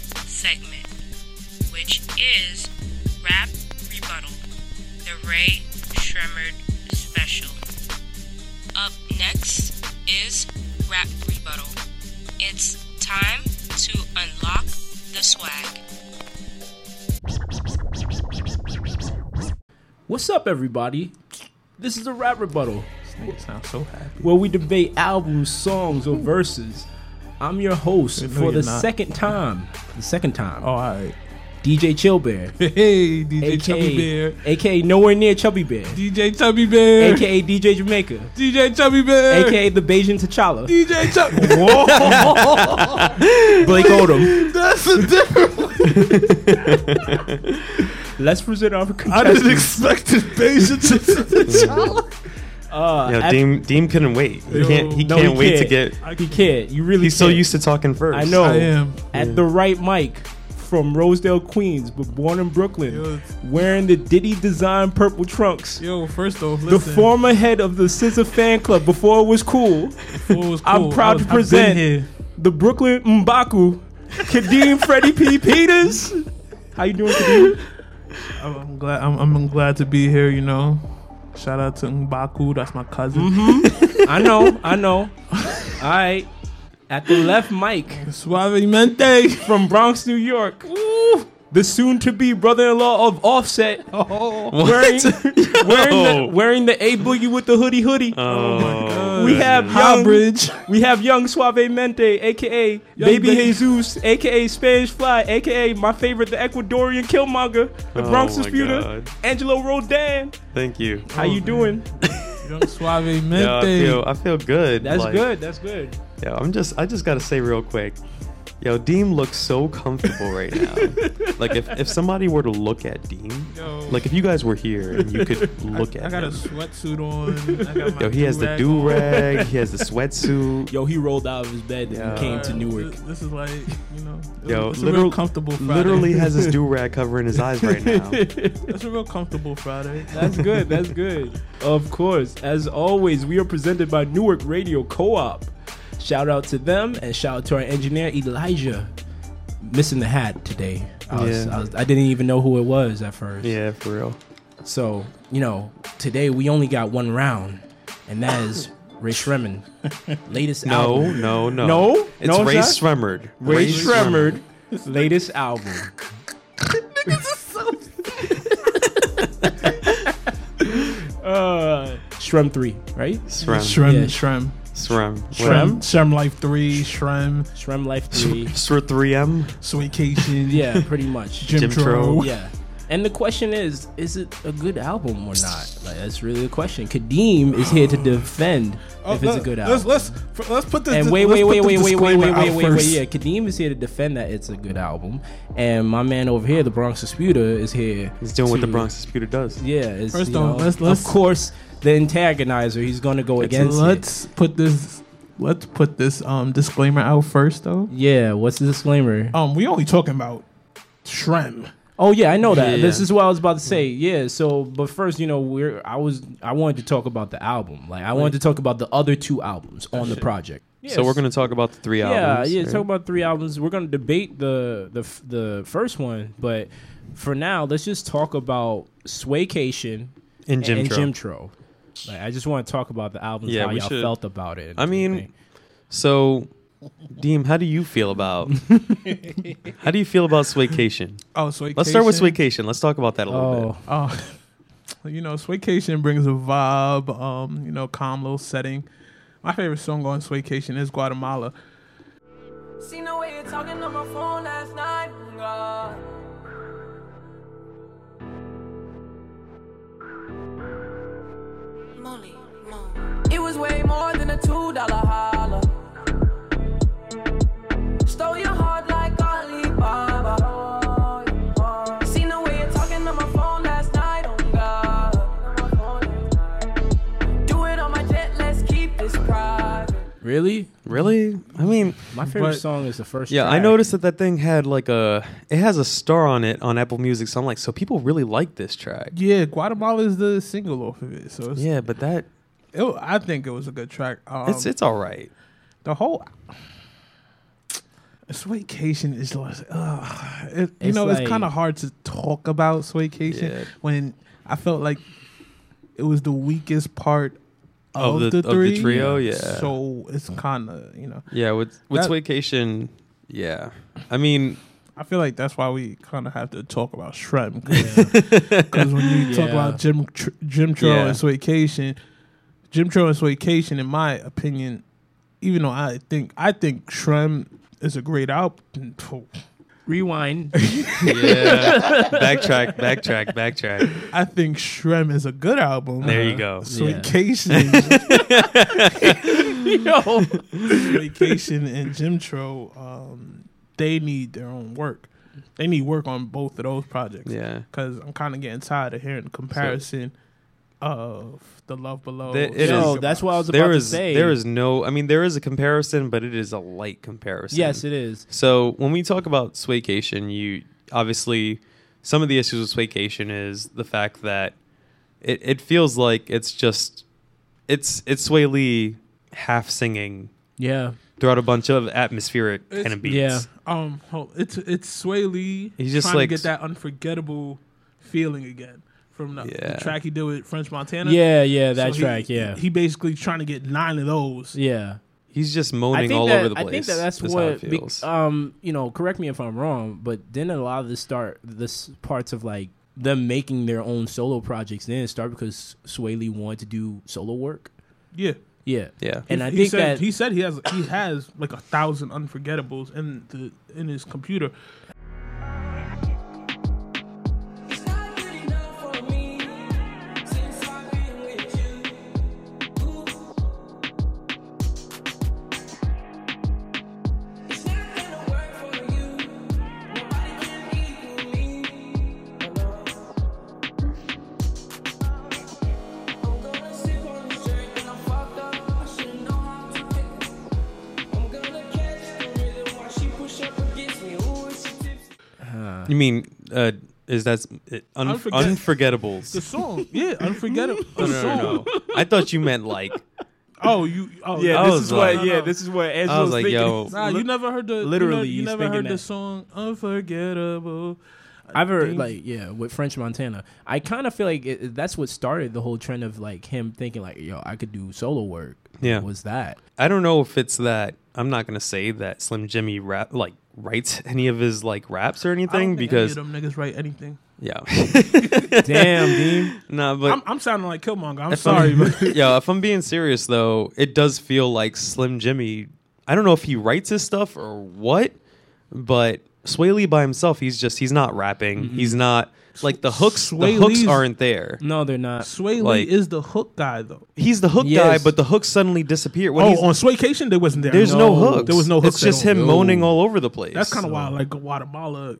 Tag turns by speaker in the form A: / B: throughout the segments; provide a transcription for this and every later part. A: segment, which is Rap Rebuttal, the Ray Shremmerd Special. Up next is Rap Rebuttal. It's time to unlock the swag.
B: What's up, everybody? This is the Rap Rebuttal,
C: Nigga sound so happy.
B: where we debate albums, songs, or verses. I'm your host
C: No,
B: for the
C: you're not.
B: second time. The second time.
C: Oh, all right.
B: DJ Chillbear.
C: Hey, DJ Chubby
B: AKA,
C: Bear.
B: AKA Nowhere Near Chubby Bear.
C: DJ Chubby Bear.
B: AKA DJ Jamaica.
C: DJ Chubby Bear.
B: AKA the Bajan T'Challa.
C: DJ Chubby. Whoa,
B: Blake Odom.
C: that's a different.
B: Let's present our
C: I didn't
B: contestants.
C: expect it. Beijing to
B: Uh,
D: Yo,
B: at-
D: Deem, Deem couldn't wait. He can't. He
B: No,
D: can't
B: he
D: wait to
B: can't.
D: get.
B: He can't. You really
D: He's so
B: can't.
D: used to talking first.
B: I know.
C: I am.
B: At the right mic from Rosedale, Queens, but born in Brooklyn,
C: Yo.
B: wearing the Diddy design purple trunks.
C: Yo, first off,
B: The
C: listen.
B: former head of the SZA fan club before it was cool,
C: before it was
B: I'm
C: cool,
B: proud
C: I was-
B: to
C: I've been
B: present-
C: here.
B: the Brooklyn Mbaku, Kadeem Freddie P. Peters. How you doing, Kadeem?
C: I'm, I'm glad. I'm, I'm glad to be here. You know, shout out to Mbaku. That's my cousin.
B: Mm-hmm. I know, I know. All right. At the left mic
C: Suavemente.
B: from Bronx, New York, the soon-to-be brother-in-law of Offset,
C: Oh.
B: wearing, wearing, the, wearing the A Boogie with the hoodie hoodie.
D: Oh,
B: We have
C: High
B: young,
C: bridge.
B: we have young Suave Mente, aka Baby
C: Baby-
B: Jesus, aka Spanish Fly, aka my favorite, the Ecuadorian Killmonger, the
D: Oh
B: Bronx
D: my
B: Disputer,
D: God. Oh,
B: Angelo Rodan.
D: Thank you.
B: How you doing?
C: Young Suavemente.
D: Yo, I feel. I feel good.
B: That's
D: Like,
B: good. That's good.
D: Yo, I'm just. I just gotta say real quick. Yo, Deem looks so comfortable right now. like if, if somebody were to look at Deem,
C: Yo.
D: like if you guys were here and you could look
C: I
D: at
C: got a
D: him.
C: sweatsuit on. I got my
D: Yo, he has the
C: do-rag
D: do
C: on.
D: rag. he has the sweatsuit.
B: Yo, he rolled out of his bed and
D: Yeah.
B: came to
C: Alright,
B: Newark.
C: This, this is like, you know,
D: Yo,
C: it's a
D: literal-
C: real comfortable Friday.
D: Literally has his do rag covering his eyes right now.
C: it's a real comfortable Friday.
B: That's good. That's good. Of course, as always, we are presented by Newark Radio Co-op. Shout out to them and shout out to our engineer Elijah. Missing the hat today. I, was,
D: Yeah.
B: I, was, I didn't even know who it was at first.
D: Yeah, for real.
B: So you know, today we only got one round, and that is Ray Shremmen, latest
D: No,
B: album.
D: no, no.
B: No?
D: It's
B: No, it's
D: Ray
B: not?
D: Shremmerd.
B: Ray Shremmerd, latest album. uh, Shrem three, right?
D: Shrem.
C: Shrem,
B: Yeah.
C: Shrem,
D: Shrem.
B: Shrem?
C: Shrem, Shrem Life Three, Shrem,
B: Shrem Life three.
D: Shrem 3M.
C: Sweetcation,
B: Yeah, pretty much.
C: Jim,
D: Jim
C: Tro.
D: Tro.
B: Yeah. And the question is, is it a good album or not? Like that's really the question. Kadeem is here to defend if it's a good album.
C: Oh, Let's let's f- let's put this.
B: and
C: let's
B: wait, wait,
C: put
B: wait,
C: the
B: wait, wait, wait, wait,
C: disclaimer
B: wait,
C: out
B: wait, wait.
C: first.
B: Yeah, Kadeem is here to defend that it's a good album, and my man over here, the Bronx Disputer, is here.
D: He's doing what the
B: to-
D: Bronx Disputer does.
B: Yeah, is,
C: First
B: you
C: off,
B: know,
C: let's- let's-
B: of course the antagonizer. He's going to go against. It.
C: Let's put this. Let's put this um disclaimer out first, though.
B: Yeah, what's the disclaimer?
C: Um, we only talking about Shrem.
B: Oh yeah, I know that.
D: Yeah.
B: This is what I was about to say. Yeah. So, but first, you know, we're I was I wanted to talk about the album. Like I wanted to talk about the other two albums on the project.
D: So we're
B: Yes.
D: going to talk about the three albums.
B: Yeah, yeah.
D: right?
B: Talk about three albums. We're gonna debate the the f- the first one, but for now, let's just talk about Swaycation
D: And Jim
B: and
D: Tro.
B: Jim Tro. Like, I just want to talk about the albums,
D: Yeah,
B: how
D: we
B: y'all
D: should.
B: felt about it. and
D: I mean,
B: everything.
D: So, Deem, how do you feel about... how do you feel about Swaycation?
C: Oh, Sweetcation.
D: Let's start with Swaycation. Let's talk about that a little
B: oh,
D: bit.
C: Oh, you know, Swaycation brings a vibe, um, you know, calm little setting. My favorite song on Swaycation is Guatemala.
E: Seen the way you're talking on my phone last night. God.
F: Molly, Mo.
E: It was way more than a two dollar holler. Stole your heart like Alibaba. Seen the way you're talking on my phone last night. Oh God. Do it on my jet. Let's keep this private.
B: really?
D: Really? I mean...
B: My favorite
C: But-
B: song is the first.
D: Yeah, I
B: track.
D: noticed that that thing had like a... It has a star on it on Apple Music, so I'm like, so people really like this track.
C: Yeah, Guatemala is the single off of it, so it's,
D: Yeah, but that...
C: it, wa- I think it was a good track. Um,
D: It's, it's all right.
C: the whole. Swaycation is like, uh, it, you
B: It's
C: know,
B: like-
C: it's kind of hard to talk about Swaycation
D: Yeah.
C: when I felt like it was the weakest part
D: Of
C: of,
D: the-
C: the,
D: of the
C: three.
D: trio, yeah.
C: So it's kind of, you know,
D: Yeah, with with
C: That-
D: Swaycation, yeah. I mean,
C: I feel like that's why we kind of have to talk about Shrem because when you talk
B: Yeah.
C: about Jim Tr- Jim Tro
D: Yeah.
C: and Swaycation, Jim Tro and Swaycation, in my opinion, even though I think I think Shrem is a great album.
B: Rewind.
D: yeah. backtrack, backtrack, backtrack.
C: I think Shrem is a good album.
D: There you go.
C: Swaycation,
B: Yo.
C: Swaycation, and Jim Tro, um, they need their own work. They need work on both of those projects.
D: Yeah.
C: because I'm kind of getting tired of hearing the comparison of the Love Below.
D: There- it
C: Sugar
D: is-
B: Yo,
C: Box.
B: that's what I was about
D: There
B: to
D: is
B: say.
D: there is no. I mean, there is a comparison, but it is a light comparison.
B: Yes, it is.
D: So when we talk about Swaycation, you obviously some of the issues with Swaycation is the fact that it, it feels like it's just it's it's Sway Lee half singing
B: Yeah.
D: throughout a bunch of atmospheric kind of beats.
B: Yeah.
C: um. hold- It's it's Sway Lee.
D: He's just
C: trying
D: like-
C: to get that unforgettable feeling again from the, the
D: Yeah.
C: track he did with French Montana.
B: Yeah, yeah,
C: So
B: that
C: he-
B: track, yeah.
C: He basically trying to get nine of those.
B: yeah.
D: He's just moaning all over the place.
B: I think that that's,
D: how
B: what
D: it
B: be-
D: feels.
B: um you know, correct me if I'm wrong, but then a lot of the start this parts of like them making their own solo projects then start because Sway Lee wanted to do solo work.
C: Yeah.
B: Yeah.
D: yeah.
B: And I
C: he
B: think that
C: said, he said he has he has like a thousand unforgettables in the in his computer.
E: It's not good enough for me since I've been with you. Ooh. It's not gonna work for you. Nobody can equal me. No. I'm gonna sip on this drink and I fucked up. I should know how to pick it. I'm gonna catch the rhythm while she push up against me. Ooh, and she tips.
D: You mean uh, is that it, un-
C: Unforget- The
D: unforgettables?
C: song, yeah, unforgettable.
D: No,
C: the
D: no,
C: song.
D: no, no. I thought you meant like
C: Oh, you. Oh,
D: I
B: yeah,
D: was
B: this is
D: like-
B: what yeah, this is what Angelo's
D: I was like,
B: thinking.
D: yo,
C: Nah, you never heard the
B: literally,
C: You
B: he's
C: never, you never
B: thinking
C: heard the
B: that.
C: song "Unforgettable."
B: I've heard
C: Ding.
B: like yeah with French Montana. I kind of feel like it, that's what started the whole trend of like him thinking like yo I could do solo work.
D: Yeah.
B: was that?
D: I don't know if it's that. I'm not gonna say that Slim Jimmy rap like writes any of his like raps or
C: I don't
D: anything
C: think
D: because
C: any of them niggas write anything.
D: yeah,
B: Damn, Dean.
D: nah. But
C: I'm, I'm sounding like Killmonger. I'm sorry, but
D: yeah, if I'm being serious though, it does feel like Slim Jimmy. I don't know if he writes his stuff or what, but Sway Lee by himself, he's just he's not rapping. He's not like the hooks.
C: Mm-hmm. Sway
D: the hooks
C: Lee's-
D: aren't there.
B: No, they're not.
C: Sway Lee
D: Like-
C: is the hook guy though.
D: He's the hook
B: Yes.
D: guy, but the hooks suddenly disappear. When
C: Oh,
D: he's,
C: on Swaycation there wasn't there.
D: there's no,
B: no,
D: hooks.
C: There was no hooks.
D: It's just
C: at all.
D: him moaning all over the place.
C: That's kind of wild. Like Guatemala,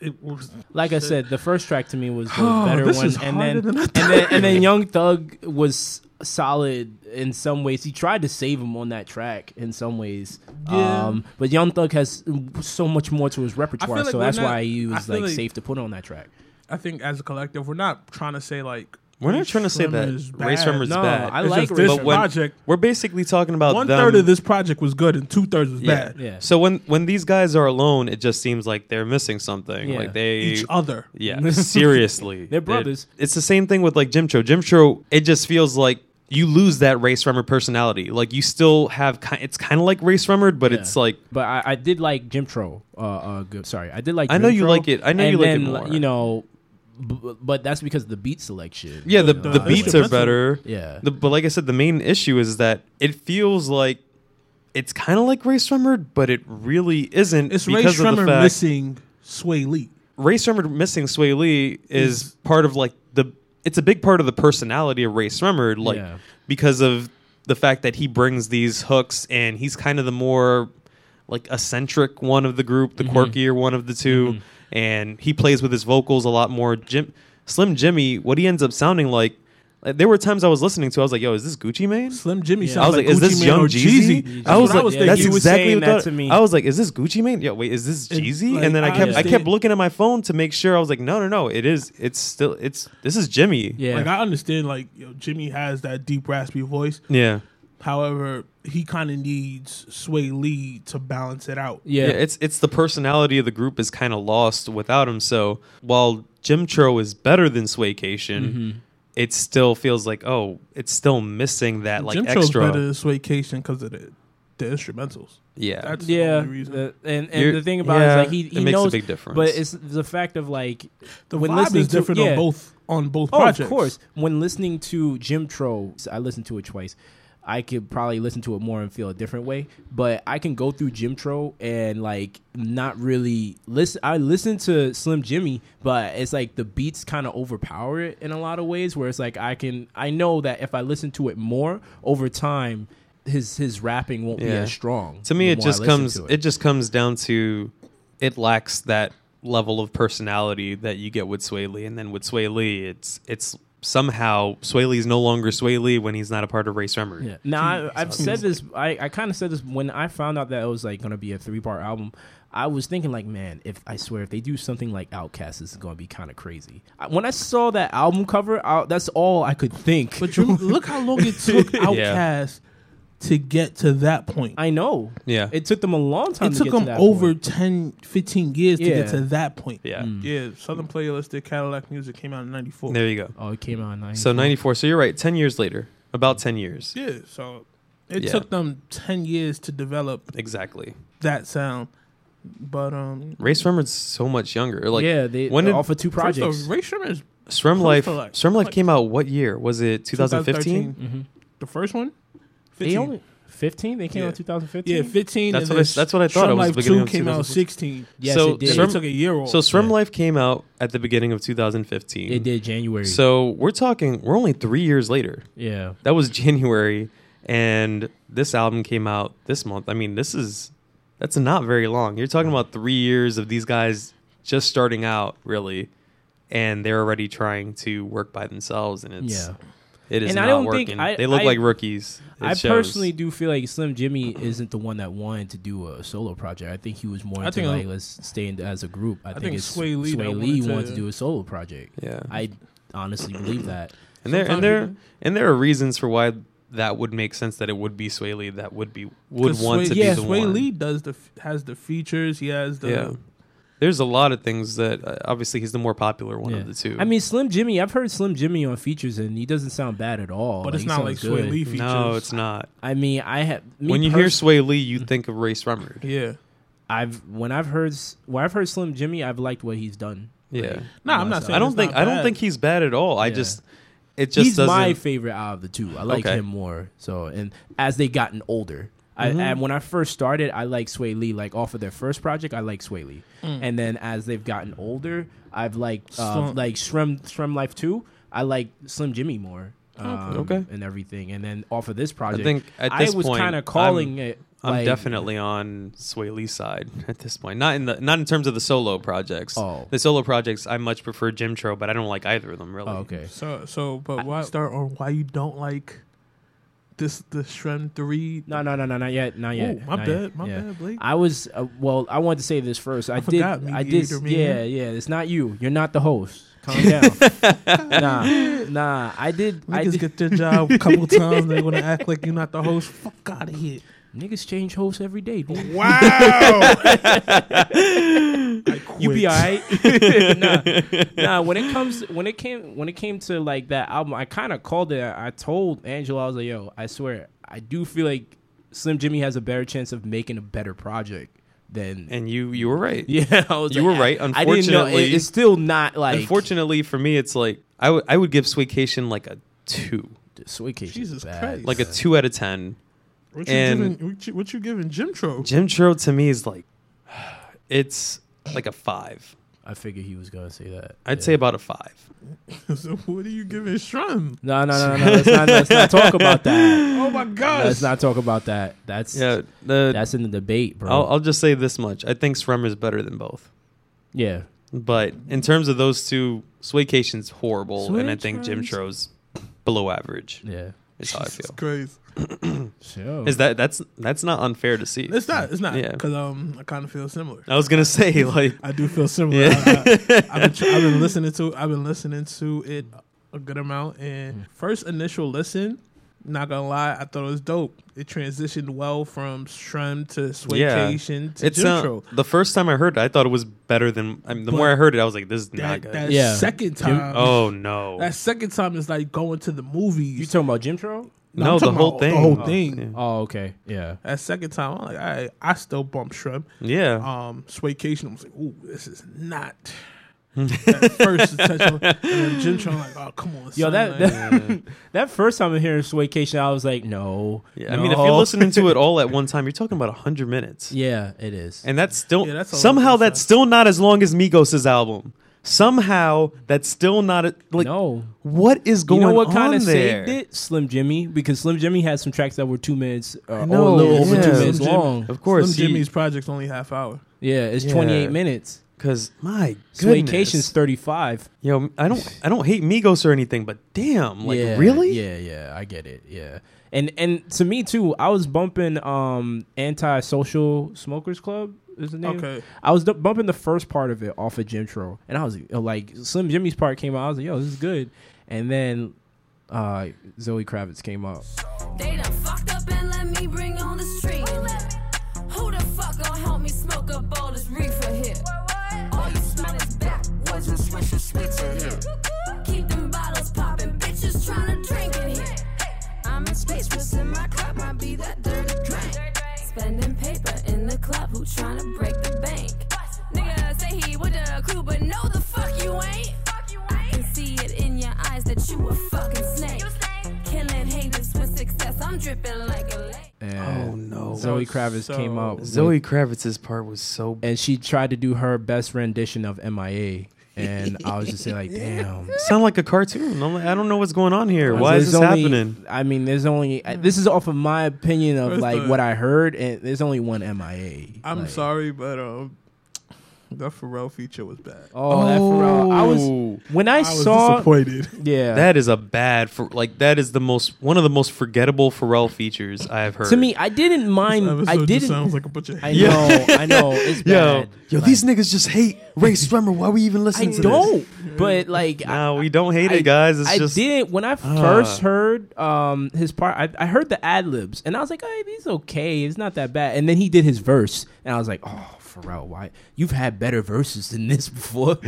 C: it was
B: Like I said, the first track to me was the better
C: Oh, this
B: one,
C: is
B: and
C: harder
B: then
C: than I
B: and then and then Young Thug was solid in some ways. He tried to save him on that track in some ways.
C: Yeah.
B: Um, but Young Thug has so much more to his repertoire,
C: like
B: so
C: we're
B: that's
C: not-
B: why he
C: I
B: was
C: feel
B: like
C: like-
B: safe to put on that track.
C: I think as a collective, we're not trying to say like
D: We're not trying to say that
C: Race
D: Race Rumor's
B: No,
D: bad.
B: I
C: It's
B: like
C: just this
B: Race
D: But when-
C: project.
D: We're basically talking about
C: One
D: them-
C: third of this project was good and two thirds was
D: Yeah.
C: bad.
B: Yeah.
D: So when when these guys are alone, it just seems like they're missing something.
B: Yeah.
D: Like they
C: Each other.
D: Yeah, seriously.
B: They're brothers.
D: it's the same thing with like Jim Cho. Jim Cho, it just feels like you lose that race rummer personality. Like you still have kind it's kind of like race rummered, but it's
B: Yeah.
D: like
B: But I, I did like Jim Tro. Uh, uh, good. Sorry, I did like.
D: I
B: Jim
D: know you
B: Tro,
D: like it. I know
B: and
D: you like it
B: then,
D: more.
B: You know, b- but that's because of the beat selection.
D: yeah, the
B: You know,
D: the
B: I
D: beats
B: like-
D: are better.
B: Yeah.
D: The, but like I said, the main issue is that it feels like it's kind of like race rummered, but it really isn't.
C: It's Ray
D: because of the
C: Shremmer
D: fact-
C: missing Sway Lee.
D: Ray Sremmer missing Sway Lee is part of like the it's a big part of the personality of Ray Sremmer, like
B: Yeah.
D: because of the fact that he brings these hooks and he's kind of the more like eccentric one of the group, the quirkier one of the 2 and he plays with his vocals a lot more. Jim Slim Jimmy, what he ends up sounding like, like, there were times I was listening to, I was like, "Yo, is this Gucci Mane?"
C: Slim Jimmy
B: Yeah.
C: sounds
D: I was like, "Is
C: Gucci
D: this
C: Mane
D: Young
C: or
D: Jeezy?"
C: Jeezy. That's
D: I was
C: what
D: like,
C: I was
B: yeah,
D: "That's
B: you
C: thinking.
B: were
D: exactly
B: saying
D: what
B: that
D: that-
B: to me.
D: I was like, "Is this Gucci Mane?" Yeah, wait, is this
C: And,
D: Jeezy?
C: like,
D: and then I
C: I
D: kept I kept
C: understand.
D: looking at my phone to make sure. I was like, "No, no, no, it is. It's still. It's this is Jimmy."
B: Yeah.
C: Like I understand, like you know, Jimmy has that deep raspy voice,
D: yeah,
C: However, he kind of needs Sway Lee to balance it out.
B: Yeah.
D: Yeah, it's it's the personality of the group is kind of lost without him. So while Jim Tro is better than Swaycation,
C: Mm-hmm.
D: it still feels like oh, it's still missing that like
C: Jim Cho's
D: extra.
C: better than Swaycation because of the, the instrumentals.
D: Yeah,
C: That's the
B: yeah,
C: only reason.
B: the- and and
D: You're-
B: the thing about
D: yeah,
B: it is like he,
D: it
B: he
D: makes a
B: knows,
D: big difference.
B: But it's the fact of like
C: the
B: when
C: vibe
B: listening
C: is
B: to-
C: different
B: yeah.
C: on both on both
B: oh,
C: projects.
B: of course, when listening to Jim Tro, I listened to it twice. I could probably listen to it more and feel a different way, but I can go through Jim Tro and like not really listen. I listen to Slim Jimmy, but it's like the beats kind of overpower it in a lot of ways. Where it's like I can, I know that if I listen to it more over time, his his rapping won't be
D: Yeah.
B: as strong.
D: to me
B: the
D: it
B: more I
D: just
B: listen
D: comes
B: to
D: it. just comes down to it lacks that level of personality that you get with Sway Lee and then with Sway Lee it's it's somehow Sway Lee's no longer Sway Lee when he's not a part of Ray Summer.
B: Yeah. Now I, I've said this. I, I kind of said this when I found out that it was like gonna be a three part album. I was thinking like, man, if I swear if they do something like Outkast, it's gonna be kind of crazy. I, when I saw that album cover, I, that's all I could think.
C: But you, look how long it took
D: Yeah.
C: Outkast to get to that point.
B: I know.
D: Yeah.
B: It took them a long time.
C: it
B: to
C: took
B: get to
C: them
B: that
C: over
B: point.
C: ten, fifteen 10, 15 years to
B: Yeah.
C: get to that point.
D: Yeah.
B: Hmm.
C: Yeah, Southern Playlist did Cadillac Music came out in 94.
D: There you go.
B: Oh, it came out in 90.
D: So 94 so you're right 10 years later. About 10 years.
C: Yeah, so it
D: Yeah.
C: took them 10 years to develop
D: Exactly.
C: that sound. But um
D: Ray Summer's so much younger. Like
B: yeah, they
D: when
B: they're
D: did
B: off of two
C: first
B: projects.
C: off, Ray Sherman's
D: Srum
C: Summer
D: Life
C: for Life.
D: Srum Life came out what year? Was it 2015?
C: 2013.
B: Mm-hmm.
C: The first one?
B: they only 15. They came out
C: Yeah.
B: in 2015.
C: Yeah, 15.
D: That's
C: and
D: what I-
C: then
D: that's what I thought.
C: Shrub
D: It was the
C: Life
D: beginning
C: 2
D: of
C: came out
D: 2015.
C: 16.
B: Yes,
D: so
B: it did.
C: Then
D: Srum-
C: it took a year off.
D: So Srum
B: Yeah.
D: Life came out at the beginning of 2015.
B: it did January.
D: So we're talking we're only 3 years later.
B: yeah.
D: That was January and this album came out this month. I mean, this is that's not very long. You're talking about 3 years of these guys just starting out really and they're already trying to work by themselves and it's
B: Yeah.
D: it is
B: And I
D: not
B: don't
D: working.
B: think- I-
D: they look
B: I-
D: like rookies. It
B: I
D: shows.
B: personally do feel like Slim Jimmy isn't the one that wanted to do a solo project. I think he was more
C: I
B: into
C: think
B: like
C: I-
B: let's stay in as a group. I, think,
C: think
B: it's
C: Sway Lee that
B: Lee
C: wanted to-
B: wanted to do a solo project.
D: Yeah.
B: I honestly believe that.
D: And there and
C: Sometimes
D: there
C: you-
D: and there are reasons for why that would make sense that it would be Sway Lee that would be would
C: 'Cause
D: want
C: Sway,
D: to
C: yeah,
D: be the
C: Sway
D: one.
C: Lee does the f- has the features. He has the
D: Yeah. There's a lot of things that uh, obviously he's the more popular one
B: Yeah.
D: of the two.
B: I mean, Slim Jimmy. I've heard Slim Jimmy on features, and he doesn't sound bad at all.
C: but it's
B: Oh, he
C: not
B: sounds
C: like Sway
B: good.
C: Lee features.
D: no, it's not.
B: I mean, I have me
D: when you hear
B: pers-
D: Sway Lee, you think of Ray Sremmerd.
C: Yeah.
B: I've when I've heard s- when I've heard Slim Jimmy, I've liked what he's done.
D: Yeah,
C: No, I'm not
B: I
C: saying
D: I don't
C: it's
D: think
C: not
D: I don't
C: bad.
D: think he's bad at all. I
B: Yeah.
D: just it just
B: he's
D: doesn't.
B: my favorite out of the two. I like
D: Okay.
B: him more. So, and as they gotten older,
C: Mm-hmm.
B: I, and when I first started, I like Sway Lee. Like off of their first project, I like Sway Lee. And then as they've gotten older, I've liked uh,
C: Mm. Slim.
B: like Shrem Shrem Life Two. I like Slim Jimmy more. Um,
D: Okay.
B: and everything. And then off of this project,
D: think at this
B: I was
D: point,
B: kind of calling it.
D: I'm
B: like,
D: definitely on Sway Lee's side at this point. Not in the not in terms of the solo projects.
B: Oh.
D: The solo projects I much prefer Jim Tro, but I don't like either of them really.
B: Oh, okay.
C: So so but why start or why you don't like this the Shrem three?
B: No, no, no, no, not yet, not yet.
C: Oh, my
B: not
C: bad,
B: yet.
C: my bad, Blake.
B: I was uh, well. I wanted to say this first. I, did.
C: forgot,
B: I did.
C: mediator man.
B: Yeah, yeah. It's not you. You're not the host. Calm down. nah, nah. I did. I
C: Niggas
B: did.
C: get their job a couple times. They're gonna act like you're not the host. Fuck out of here.
B: niggas change hosts every day. dude.
C: Wow. I
B: You be
C: quit.
B: alright. nah, nah. When it comes, when it came, when it came to like that album, I kind of called it. I told Angela, I was like, "Yo, I swear, I do feel like Slim Jimmy has a better chance of making a better project than."
D: And you you were right.
B: yeah, I was
D: You
B: like,
D: were right,
B: I- I didn't know. it-
D: unfortunately-
B: it's still not like
D: Unfortunately for me, it's like I would- I would give Swaycation like a two,
B: Soy Cajun is
C: Jesus
B: bad.
C: Christ.
D: like a two out of ten.
C: What you
D: And-
C: giving? What you, what you giving Jim Tro?
D: Jim Tro to me is like it's like a five.
B: I figured he was gonna say that.
D: I'd say about a five.
C: so what are you giving Shrem?
B: No, no, no, no. no. Let's not, let's not talk about that.
C: Oh my gosh.
B: Let's not talk about that. That's
D: Yeah, the,
B: that's in the debate, bro.
D: I'll, I'll just say this much: I think Sremmer is better than both.
B: yeah,
D: But in terms of those two, Swaycation's horrible, and I think Jim
C: Swaycation's-
D: Tro's below average.
B: yeah.
D: Is how I
C: Jesus
D: feel.
C: Christ.
B: So
D: Is that that's that's not unfair to see?
C: It's not. It's not.
D: Yeah.
C: Because um, I kind of feel similar.
D: I was gonna say like
C: I do feel similar.
D: Yeah.
C: I, I, have been, I've been
D: Mm.
C: listening to I've been listening to it a good amount, and first initial listen, Not gonna lie, I thought it was dope. It transitioned well from Shrem to
D: Yeah,
C: Swaycation to
D: it's not-
C: Jitro.
D: the first time I heard it, I thought it was better than. I mean, the
C: But
D: more I heard it, I was like, "This is
C: that
D: not good."
C: that
B: Yeah.
C: second
B: Jim-
C: time,
D: oh no!
C: that second time is like going to the movies.
B: You talking about Jim Tro?
C: I'm
D: no, the
C: talking
D: whole
C: about
D: thing.
C: The whole
D: Oh,
C: thing.
B: Oh, okay. Yeah.
C: That second time, I'm like, I, I still bump Shrem.
D: Yeah.
C: Um, Swaycation, I was like, ooh, this is not.
D: Hmm.
C: that first touch on, and then Jim Tron, like, oh, come on.
B: Yo,
C: son,
B: that
C: like,
B: that, that first time I'm hearing Swaycation, I was like, no.
D: Yeah, I mean, if you're
B: no.
D: listening to it all at one time, you're talking about hundred minutes,
B: yeah, it is.
D: and that's still
C: Yeah, that's a
D: somehow
C: long time.
D: that's still not as long as Migos' album. Somehow that's still not a, like
B: no,
D: what is
B: you
D: going on
B: know what kind of
D: there?
B: saved it? Slim Jimmy, because Slim Jimmy had some tracks that were two minutes uh,
D: know,
B: or a little over
D: yeah.
B: two
D: Slim
B: minutes
C: Jimmy.
B: long.
D: Of course,
C: Slim Jimmy's project's only half hour.
B: Yeah, it's
D: Yeah.
B: 28 minutes.
D: because my goodness,
B: Swaycation's 35.
D: yo, I don't, I don't hate Migos or anything, but damn, like
B: yeah,
D: really,
B: Yeah, yeah, I get it. Yeah. And and to me too, I was bumping um Anti Social Smokers Club is the name.
C: Okay.
B: I was d- bumping the first part of it off of Jim Tro, and I was uh, like, Slim Jimmy's part came out. I was like, yo, this is good. And then uh Zoe Kravitz came up.
F: They done fucked up and let me bring on the street. Who the fuck gon' help me smoke up all this reefer here? All you smell is backwards and swisher switcher here. Keep them bottles popping, bitches tryna drink in here. I'm in space, what's in my cup might be that dirty drink. Spending paper in the club, who tryna break the bank? Nigga say he with the crew, but no, the fuck you ain't. I can see it in your eyes that you a fucking snake. Killing haters with success, I'm dripping like a lake.
B: And
D: Oh, no.
B: Zoe
C: That was
B: Kravitz came
C: so-
B: up. with-
D: Zoe Kravitz's part was so
B: and she tried to do her best rendition of MIA. And I was just like, damn.
D: sound like a cartoon. I'm like, I don't know what's going on here. Why
B: There's
D: is this
B: only-
D: happening?
B: I mean, there's only I- this is off of my opinion of
C: Where's
B: like
C: the-
B: what I heard, and there's only one MIA.
C: I'm
B: Like,
C: sorry, but um, that Pharrell feature was bad.
B: Oh, that Pharrell. I was
D: Oh.
B: when I,
C: I was
B: saw.
C: disappointed.
B: Yeah,
D: That is a bad for like that is the most one of the most forgettable Pharrell features I've heard.
B: to me, I didn't mind. I
C: Episode just
B: didn't.
C: sounds like a bunch of
B: I
C: hate.
B: know. I know. It's
D: yo,
B: bad.
D: yo, these niggas just hate Ray Strummer. Why we even
B: I
D: listen to this?
B: don't. But like, I,
D: No, we don't hate it, guys. It's
B: I
D: just uh.
B: did when I first heard um his part. I, I heard the ad libs, and I was like, "Hey, these okay. It's not that bad." And then he did his verse, and I was like, "Oh, Pharrell, why you've had better verses than this before?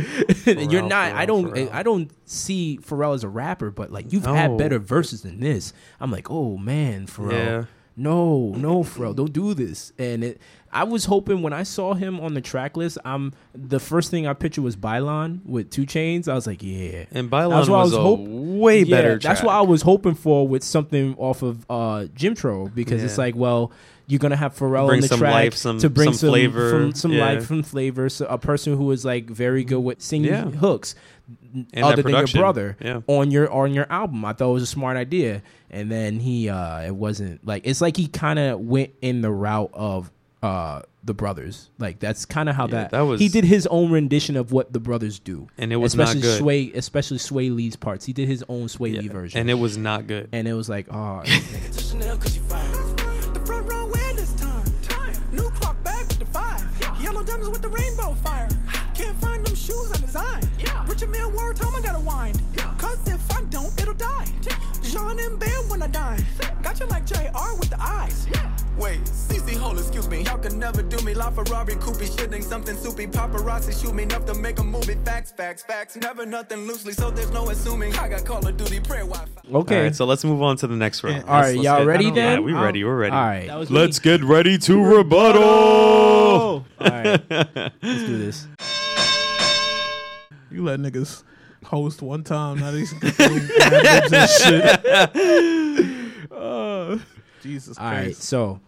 B: You're not. I
D: Pharrell,
B: don't.
D: Pharrell.
B: I don't see Pharrell as a rapper, but like you've had
D: No.
B: better verses than this. I'm like, oh man, Pharrell."
D: Yeah.
B: No, no, Pharrell, don't do this. And it, I was hoping when I saw him on the track list, I'm the first thing I pictured was Bylon with two chains. I was like, yeah,
D: and Bylon
B: that's
D: was,
B: what I was
D: a
B: hop-
D: way better.
B: that's what I was hoping for with something off of uh, Jim Troll because it's
D: Yeah.
B: like, well, you're gonna have Pharrell
D: Bring
B: on the
D: some
B: track
D: life, some-
B: to bring
D: some flavor,
B: from, some
D: yeah.
B: life, from flavor. So a person who is like very good with singing
D: Yeah.
B: hooks,
D: And
B: other
D: that
B: than your
D: production,
B: brother,
D: yeah.
B: on your on your album. I thought it was a smart idea, and then he uh, it wasn't like it's like he kind of went in the route of. Uh, the brothers, like that's kind of how that,
D: that was-
B: He did his own rendition of what the brothers do,
D: And it was not
B: especially
D: good.
B: Sway, especially Sway Lee's parts. He did his own Sway
D: E
B: Lee version,
D: and it was not good.
B: and it was like, oh,
G: Chanel cause you fine. The front row win this time. New clock back with the five. Yellow diamonds with the rainbow fire. Can't find them shoes I designed. Richard Mill word time I gotta wind. Cause if I don't, it'll die. Jean and Bam when I dine. Got you like JR with the eyes. Wait, CC Hole, excuse me. Y'all can never do me. La Ferrari Coopy shooting something soupy. Paparazzi shoot me enough to make a movie. Facts, facts, facts. Never nothing loosely, so there's no assuming. I got Call of Duty prayer Wi-Fi.
B: okay,
D: All right, so let's move on to the next round.
B: All right,
D: Let's- let's
B: y'all
D: get-
B: ready
D: Yeah,
B: then?
D: we ready. We're ready.
B: all right, all
D: Let's get ready to rebuttal.
B: Oh! right, let's do this.
C: You let niggas host one time, not even conclude ad libs and shit. Uh, Jesus
B: All right,
C: Christ.
B: so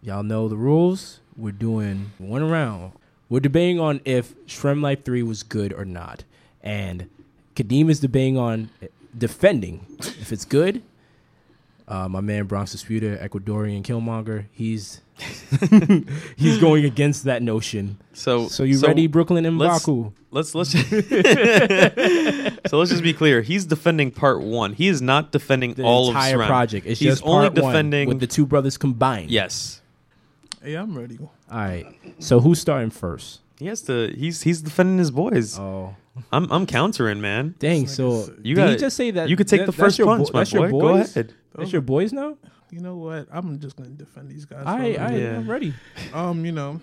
B: y'all know the rules. We're doing one round. We're debating on if Shrem Life Three was good or not, and Kadeem is debating on eh, defending if it's good. Uh, my man Bronx Disputer, Ecuadorian Killmonger, he's he's going against that notion.
D: So,
B: So you ready, Brooklyn and
D: let's-
B: Baku?
D: Let's let's so let's just be clear. He's defending part one. He is not defending
B: The
D: all
B: entire
D: of Shrem.
B: project. It's
D: He's
B: just
D: only
B: part one
D: defending
B: with the two brothers combined.
D: yes.
C: Yeah, I'm ready.
B: All right. So who's starting first?
D: He has to. He's he's defending his boys.
B: Oh,
D: I'm I'm countering, man.
B: dang. So
D: You
B: did
D: got
B: he just say that
D: You could take
B: that-
D: the
B: that's
D: first
B: your
D: punch,
B: bo-
D: my
B: that's your
D: boy. Go
B: boys?
D: ahead.
B: That's your boys now.
C: You know what? I'm just gonna defend these guys. for a
B: I,
C: minute.
B: I,
D: Yeah.
B: I'm ready.
C: um, you know,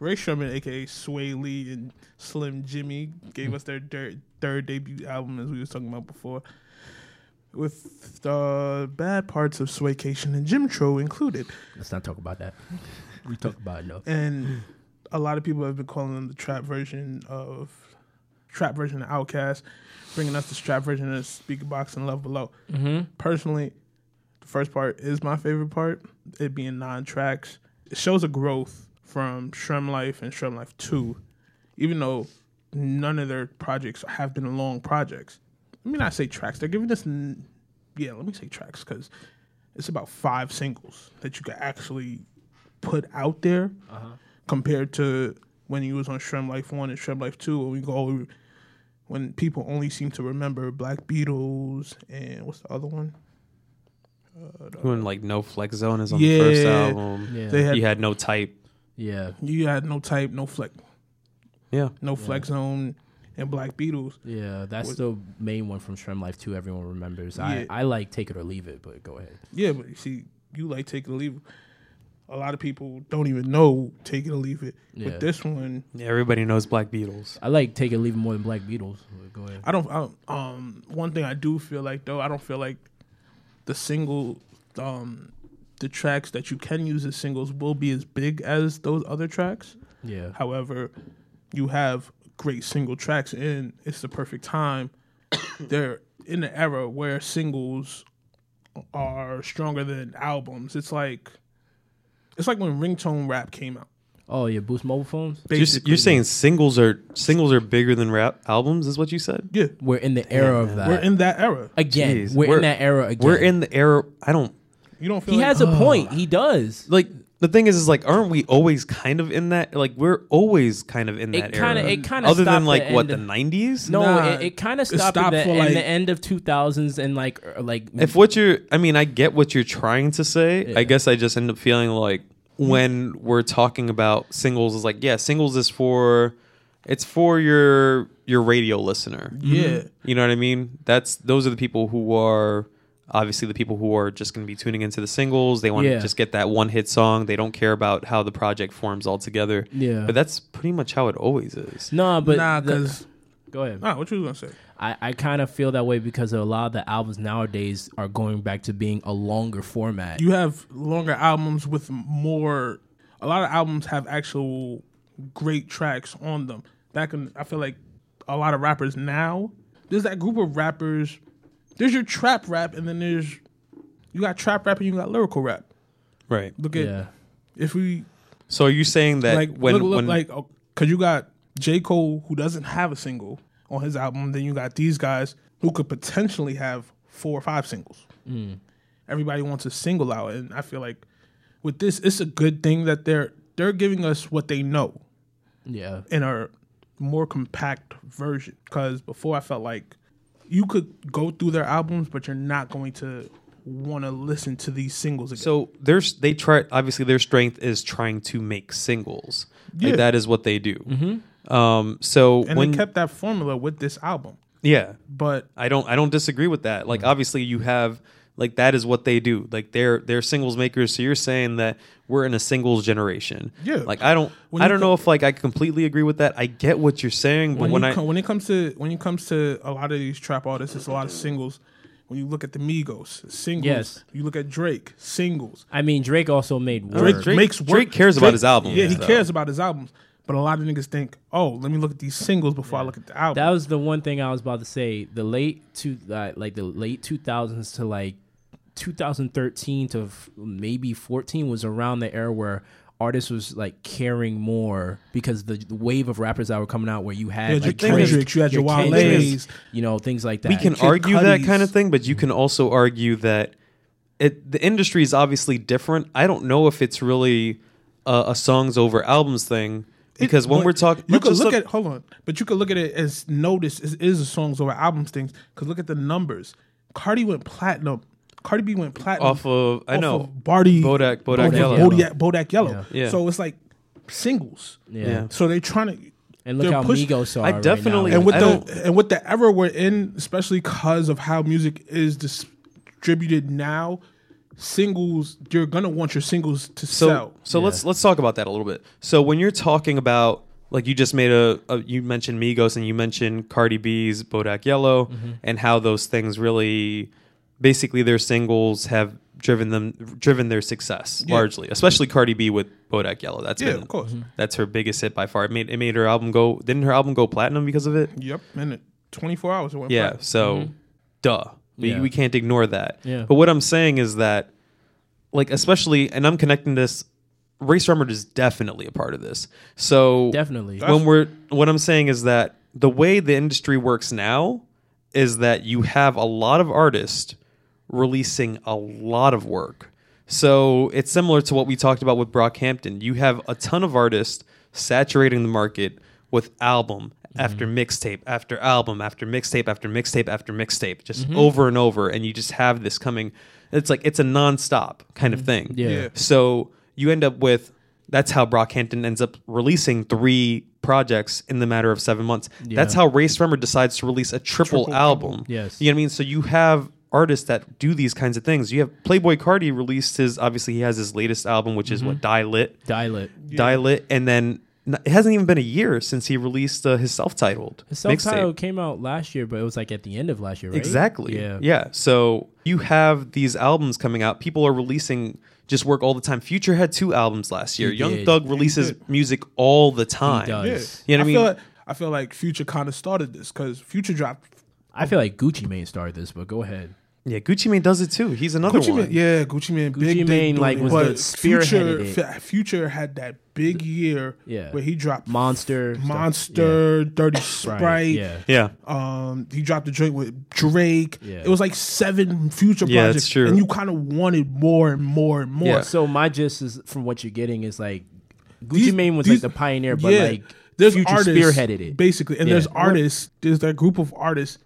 C: Ray Sherman, aka Sway Lee and Slim Jimmy, gave us their third, third debut album, as we was talking about before, with uh, bad parts of Swaycation and Jim Tro included,
B: Let's not talk about that. We talk about it though.
C: and a lot of people have been calling them the trap version of trap version of Outkast, bringing us the trap version of Speaker Box and Love Below. Personally, the first part is my favorite part. It being nine tracks, it shows a growth from Shrem Life and Shrem Life Two, even though none of their projects have been long projects. Let me not say tracks. They're giving us, n- yeah, let me say tracks because it's about five singles that you could actually put out there compared to when you was on Shrem Life One and Shrem Life Two, when we go when people only seem to remember Black Beatles and what's the other one?
D: When like no flex zone is on
C: Yeah.
D: the first album.
B: Yeah.
C: They had
D: You had no type.
B: Yeah,
C: you had no type, no flex,
D: Yeah.
C: no flex zone, and Black Beatles.
B: yeah. That's the main one from Shrem Life Two. Everyone remembers.
C: Yeah.
B: I, I like Take It or Leave It, but go ahead.
C: Yeah, but you see, you like take it or leave. It. A lot of people don't even know take it or leave it.
B: Yeah.
C: But this one,
D: Everybody knows Black Beatles.
B: I like Take It or Leave It more than Black Beatles. but Go ahead.
C: I don't. I don't um, one thing I do feel like though, I don't feel like the single, um, the tracks that you can use as singles will be as big as those other tracks.
B: Yeah,
C: However, you have great single tracks, and it's the perfect time. They're in the era where singles are stronger than albums. It's like it's like when ringtone rap came out.
B: Oh yeah, Boost mobile phones.
D: You're, s-
C: Basically,
D: you're saying singles are singles are bigger than rap albums, is what you said?
C: yeah,
B: We're in the era of that.
C: we're in that era.
B: again.
D: Jeez.
B: we're, in that era again.
D: We're in the era. I don't
C: You don't feel
B: He
C: like, uh, oh.
B: has a point. He does.
D: like. The thing is, is like, aren't we always kind of in that? Like, we're always kind of in
B: It
D: that
B: kinda-
D: era.
B: it kinda
D: other
B: stopped
D: than like
B: the
D: what
B: end
D: the
B: of-
D: nineties.
B: No,
C: Nah,
B: it, it kind of
C: it
B: stopped,
C: stopped
B: at the,
C: for,
B: in
C: like-
B: the end of two thousands and like er, like
D: if what you're i mean i get what you're trying to say i guess i just end up feeling like when we're talking about singles is like yeah singles is for it's for your your radio listener
C: yeah.
D: you know what i mean that's those are the people who are obviously the people who are just going to be tuning into the singles they want
B: Yeah.
D: to just get that one hit song they don't care about how the project forms altogether
B: Yeah.
D: but that's pretty much how it always is
B: nah, but
C: nah,
B: the-
C: because
B: go ahead.
C: nah, what you was gonna say?
B: I, I kind of feel that way because a lot of the albums nowadays are going back to being a longer format.
C: You have longer albums with more. A lot of albums have actual great tracks on them. Back in, I feel like a lot of rappers now. There's that group of rappers. There's your trap rap, and then there's you got trap rap and you got lyrical rap.
D: right
C: Look at
B: yeah,
C: if we
D: so are you saying that
C: like
D: when
C: look, look
D: when
C: like because you got J Cole who doesn't have a single on his album, then you got these guys who could potentially have four or five singles.
D: Mm.
C: Everybody wants a single out, and I feel like with this, it's a good thing that they're they're giving us what they know
B: yeah,
C: in a more compact version. Because before, I felt like you could go through their albums, but you're not going to want to listen to these singles again.
D: So there's they try obviously their strength is trying to make singles.
C: Yeah. Mm-hmm.
D: Like that is what they do. Um, so
C: and
D: when
C: they kept that formula with this album,
D: yeah,
C: but
D: I don't I don't disagree with that. Like
C: Mm-hmm.
D: obviously you have like that is what they do. Like they're they're singles makers. So you're saying that we're in a singles generation.
C: Yeah.
D: Like I don't
C: When
D: I
C: you
D: don't
C: co-
D: know if like I completely agree with that. I get what you're saying, but
C: when,
D: when
C: you
D: I
C: co- when it comes to when it comes to a lot of these trap artists, it's a lot of singles. When you look at the Migos, singles.
B: Yes.
C: You look at Drake, singles.
B: I mean Drake also made
C: Drake,
B: work.
D: Drake-
C: makes work.
D: Drake cares about his albums,
C: Yeah, he
D: though.
C: cares about his albums. But a lot of niggas think, oh, let me look at these singles before I look at the album.
B: That was the one thing I was about to say. The late two, uh, like the late two thousands to like 2013 to f- maybe 14 was around the era where artists was like caring more because the, the wave of rappers that were coming out where you had
C: Yeah,
B: like
C: your Kendricks, you had your
B: Kendricks,
C: Wale's.
B: you know things like that.
D: we can
C: Kid
D: argue that
C: Cudi's.
D: kind of thing, but you can also argue that it, the industry is obviously different. I don't know if it's really a, a songs over albums thing because when
C: But
D: we're talking,
C: you could look at hold on, but you could look at it as notice is, is a songs over albums things. Because look at the numbers. Cardi went platinum. Cardi B went platinum
D: off of I
C: off
D: know
C: of Barty
D: Bodak Bodak
C: Bodak
D: Yellow.
C: Bodak, Bodak Yellow.
D: Yeah. Yeah.
C: So it's like singles.
B: yeah.
D: Yeah.
C: So they're trying to
B: and look
C: they're
B: how
C: push-
B: Migos are.
D: I
B: right
D: definitely-
B: now.
D: And
C: and with
D: I
C: the
D: don't-
C: and with the era we're in, especially because of how music is dis- distributed now, singles you're gonna want your singles to
D: so
C: sell.
D: so let's let's talk about that a little bit. So when you're talking about like you just made a, a you mentioned Migos and you mentioned Cardi B's Bodak Yellow
C: Mm-hmm.
D: and how those things really basically their singles have driven them driven their success largely, especially Cardi B with Bodak Yellow. That's
C: Yeah,
D: been,
C: of course.
D: that's her biggest hit by far. It made it made her album go didn't her album go platinum because of it?
C: Yep, in 24 hours. It went
D: Yeah.
C: platinum.
D: So, duh. We,
B: Yeah.
D: we can't ignore that.
B: Yeah.
D: But what I'm saying is that, like, especially, and I'm connecting this, Race Rumored is definitely a part of this. So,
B: Definitely.
D: when we're, what I'm saying is that the way the industry works now is that you have a lot of artists releasing a lot of work. So, it's similar to what we talked about with Brockhampton. You have a ton of artists saturating the market with album after mixtape after album after mixtape after mixtape after mixtape, just over and over. And you just have this coming. It's like it's a nonstop kind of thing.
B: Yeah. Yeah.
D: So you end up with that's how Brockhampton ends up releasing three projects in the matter of seven months. That's how Ray Sremmer decides to release a triple, album.
B: Yes.
D: You know what I mean? So you have artists that do these kinds of things. You have Playboy Cardi released his obviously he has his latest album, which is what, Die Lit.
B: Dial it.
D: Dial It, and then n- it hasn't even been a year since he released uh, his self-titled
B: The self
D: mixtape.
B: title came out last year, but it was like at the end of last year, right?
D: Exactly.
B: Yeah.
D: Yeah. So you have these albums coming out. People are releasing just work all the time. Future had two albums last year. Young
B: did.
D: Thug releases music all the time.
B: does.
D: You know what I
C: feel
D: mean?
C: like, I feel like Future kind of started this because Future dropped.
B: I feel like Gucci Mane started this, but go ahead.
D: Yeah, Gucci Mane does it too. He's another
C: Gucci
D: one.
C: Mane, yeah, Gucci Mane, big
B: Gucci
C: did
B: Mane,
C: do
B: like,
C: it,
B: was
C: but
B: the spearheaded
C: Future, F- Future had that big year,
B: Yeah.
C: where he dropped
B: Monster. stuff.
C: Monster, Dirty
B: Yeah.
C: Sprite,
B: Right. Yeah.
D: Yeah.
C: Um, he dropped a joint with Drake.
B: Yeah.
C: It was like seven future
D: Yeah,
C: projects,
D: that's true.
C: and you kind of wanted more and more and more.
D: Yeah.
B: So my gist is from what you're getting is like Gucci
C: These-
B: Mane was
C: these-
B: like the pioneer, but
C: yeah.
B: like Future spearheaded it.
C: basically, and
B: Yeah.
C: there's artists, there's that group of artists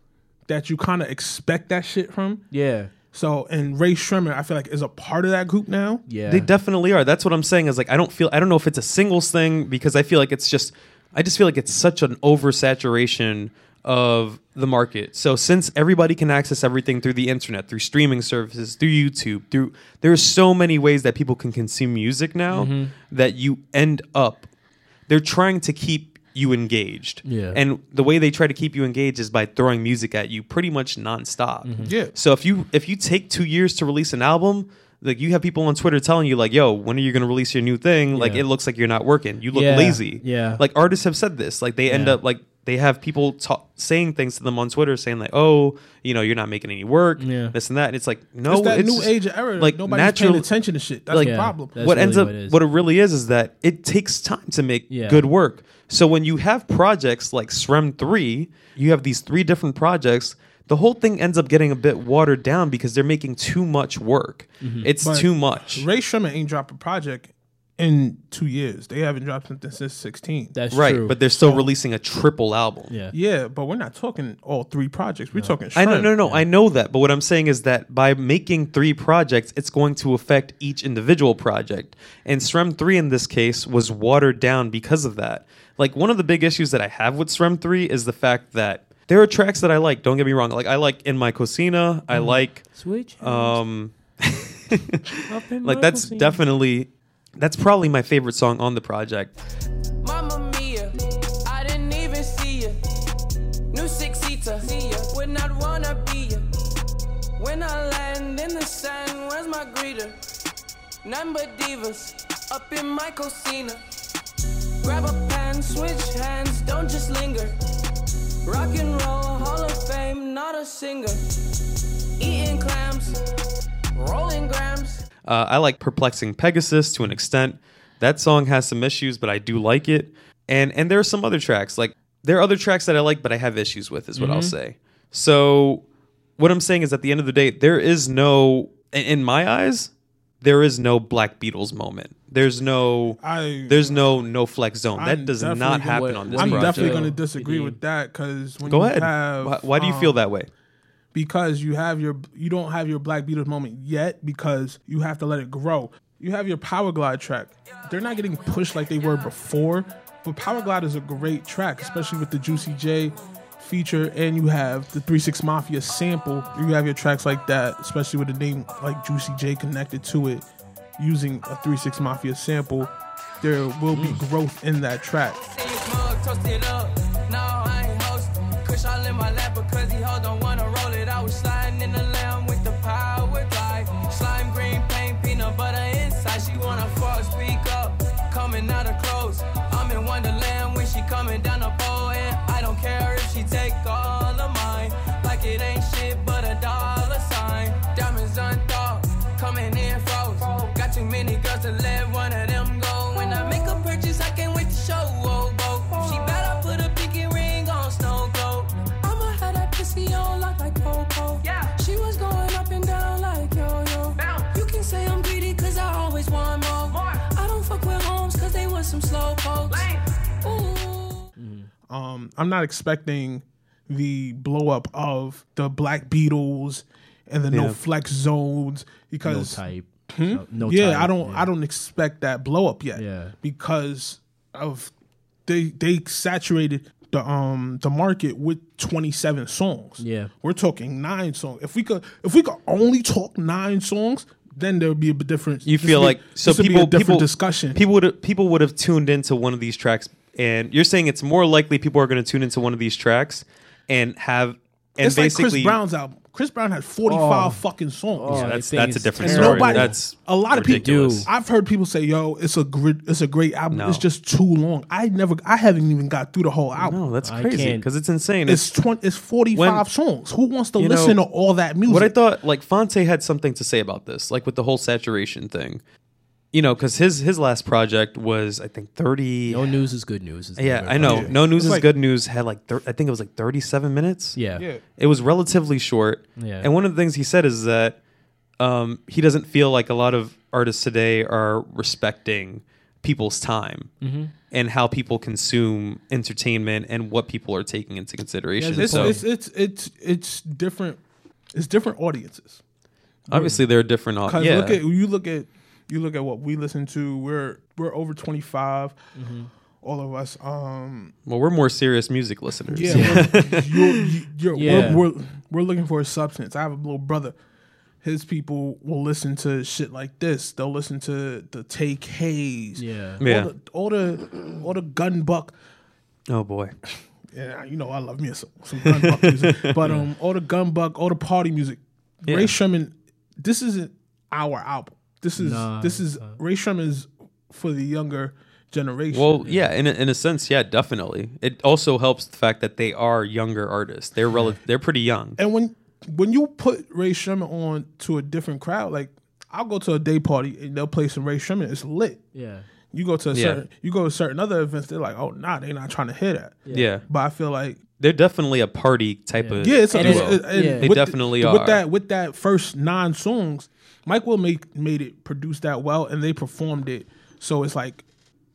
C: that you kind of expect that shit from.
B: yeah.
C: So, and Ray Shremmer, I feel like is a part of that group now.
B: Yeah.
D: They definitely are. That's what I'm saying. Is like I don't feel I don't know if it's a singles thing because I feel like it's just I just feel like it's such an oversaturation of the market. So since everybody can access everything through the internet, through streaming services, through YouTube, through there are so many ways that people can consume music now
B: Mm-hmm.
D: that you end up they're trying to keep you engaged.
B: Yeah.
D: And the way they try to keep you engaged is by throwing music at you pretty much nonstop.
B: Mm-hmm.
C: Yeah.
D: So if you if you take two years to release an album, like you have people on Twitter telling you like, "Yo, when are you going to release your new thing?" Like
B: Yeah.
D: it looks like you're not working. You look
B: Yeah,
D: lazy.
B: yeah.
D: Like artists have said this. Like they end
B: Yeah.
D: up like they have people ta- saying things to them on Twitter saying like, "Oh, you know, you're not making any work."
B: Yeah.
D: This and that. And it's like no,
C: It's that new
D: just,
C: age era.
D: Like
C: Like nobody's
D: natural.
C: paying attention to shit. That's
D: like-
C: the
B: Yeah.
C: problem.
B: That's
D: what ends
B: really
D: up
B: what it
D: what
B: is.
D: it, really is is that it takes time to make
B: Yeah.
D: good work. So when you have projects like SREM three, you have these three different projects. The whole thing ends up getting a bit watered down because they're making too much work.
B: Mm-hmm.
D: It's
C: But
D: too much.
C: Ray Shremmer ain't dropped a project in two years. They haven't dropped something since 16.
B: That's
D: Right,
B: true.
D: but they're still releasing a triple album.
B: yeah.
C: yeah, but we're not talking all three projects. We're talking. Shrem.
D: I know, no, no, I know that. But what I'm saying is that by making three projects, it's going to affect each individual project. And SREM 3 in this case was watered down because of that. Like, one of the big issues that I have with SREM 3 is the fact that there are tracks that I like. Don't get me wrong. Like, I like In My Cocina. I like,
B: Switch.
D: um, like, that's definitely, that's probably my favorite song on the project.
E: Mamma mia, I didn't even see ya. New six seater, see ya. Would not wanna be ya. When I land in the sand, where's my greeter? None but divas, up in my cocina. Grab a pen, switch hands, don't just linger. Rock and roll, Hall of Fame, not a singer. Eating clams, rolling grams.
D: Uh, I like Perplexing Pegasus to an extent. That song has some issues, but I do like it. And and there are some other tracks. Like there are other tracks that I like, but I have issues with, is what I'll say. So what I'm saying is at the end of the day, there is no in- in my eyes, there is no Black Beatles moment. There's no
C: I-
D: there's no no flex zone. that
C: I'm
D: does
C: definitely
D: not
C: gonna-
D: happen on this
C: I'm
D: project.
C: definitely going to
B: Yeah.
C: disagree with that because when
D: Go
C: you
D: ahead.
C: have,
D: why, why do you feel
C: um,
D: that way?
C: Because you have your you don't have your Black Beatles moment yet because you have to let it grow. You have your Power Glide track. They're not getting pushed like they were before, but Power Glide is a great track, especially with the Juicy J feature and you have the Three Six Mafia sample. You have your tracks like that, especially with a name like Juicy J connected to it, using a Three Six Mafia sample. There will be growth in that track.
E: See his mug toasted up. Now I ain't hosting. Kush all in my lap because he hold on, wanna roll it. I was sliding in the lamb with the power glide. Slime green paint, peanut butter inside. She wanna fuck, speak up. Coming out of clothes. I'm in Wonderland when she coming down the pole. And I don't care if she take all of mine. Like it ain't shit but a dollar sign. Diamonds unthought, coming in froze. Got too many girls to let one of them go. When I make a purchase, I can't wait to show. Oh, oh. She bet I put a pinky ring on snow globe. I'ma have that pussy on lock like Coco. Yeah. She was going up and down like yo yo. You can say I'm greedy cause I always want more. I don't fuck with homes cause they was some slow folks. Ooh.
C: um, I'm not expecting the blow up of the Black Beatles and the
D: Yeah.
C: no flex zones
B: No
C: because hmm?
B: type. No, no
C: yeah,
B: type.
C: I don't I don't expect that blow up yet.
B: Yeah.
C: Because of they they saturated the um the market with 27 songs.
B: Yeah.
C: We're talking 9 songs. If we could if we could only talk 9 songs, then there would be a b- difference.
D: You
C: this
D: feel
C: would be-
D: like so
C: this would be
D: people
C: a different
D: people
C: discussion.
D: People would people would have tuned into one of these tracks, and you're saying it's more likely people are going to tune into one of these tracks and have and
C: it's like
D: basically Oh.
C: Chris Brown's album. Chris Brown had 45 fucking songs.
B: Yeah, That
D: that's
B: thing
D: that's a
B: is
D: different
C: And
D: story.
B: terrible.
C: nobody,
D: that's
C: a lot of
D: ridiculous.
C: people. I've heard people say, "Yo, it's a great, it's a great album.
D: No.
C: It's just too long. I never, I haven't even got through the whole album.
D: no, that's
B: I
D: crazy
B: can't-
D: because it's insane.
C: It's
D: It's,
C: twenty, it's forty
D: When-
C: five songs. Who wants to
D: You know,
C: listen to all that music?
D: what I thought. Like Fonte had something to say about this, like with the whole saturation thing. You know, because his his last project was I think thirty.
B: No news is good news. is the
D: yeah,
B: other
D: I know.
B: part.
D: No news
C: It's
D: is
C: like-
D: good news. Had like thir- I think it was like thirty seven minutes.
B: Yeah.
C: yeah,
D: It was relatively short.
B: Yeah.
D: And one of the things he said is that um, he doesn't feel like a lot of artists today are respecting people's time and how people consume entertainment and what people are taking into consideration.
C: it's,
D: so
C: it's it's it's it's different. It's different audiences.
D: obviously there are different
C: Cause
D: audiences. Yeah.
C: look at you look at you look at what we listen to. We're we're over twenty All of us. Um,
D: well, we're more serious music listeners.
C: Yeah, we're, you're, you're,
B: Yeah.
C: We're, we're, we're looking for a substance. I have a little brother. His people will listen to shit like this. They'll listen to the Take Hayes.
B: Yeah.
D: Yeah.
C: All the all the, all the gun buck.
D: Oh boy.
C: Yeah, you know I love me some, some gun buck music. But um, all the gun buck, all the party music. Ray Sherman, this isn't our album. This is
B: Nah,
C: this is Ray Sherman's for the younger generation.
D: Well, yeah, in a, in a sense, yeah, definitely. It also helps the fact that they are younger artists. They're rel- they're pretty young.
C: And when when you put Ray Sherman on to a different crowd, like I'll go to a day party and they'll play some Ray Sherman. It's lit.
B: Yeah.
C: You go to a
D: Yeah.
C: certain you go to certain other events, they're like, oh nah, they not trying to hear that.
D: Yeah.
C: But I feel like
D: They're definitely a party type of
C: yeah, it's a,
B: And
C: it's-
B: it-
C: it- and
B: yeah. They
C: with the-
D: definitely
C: with
D: are.
C: that with that first nine songs, Mike Will make made it produce that well and they performed it. So it's like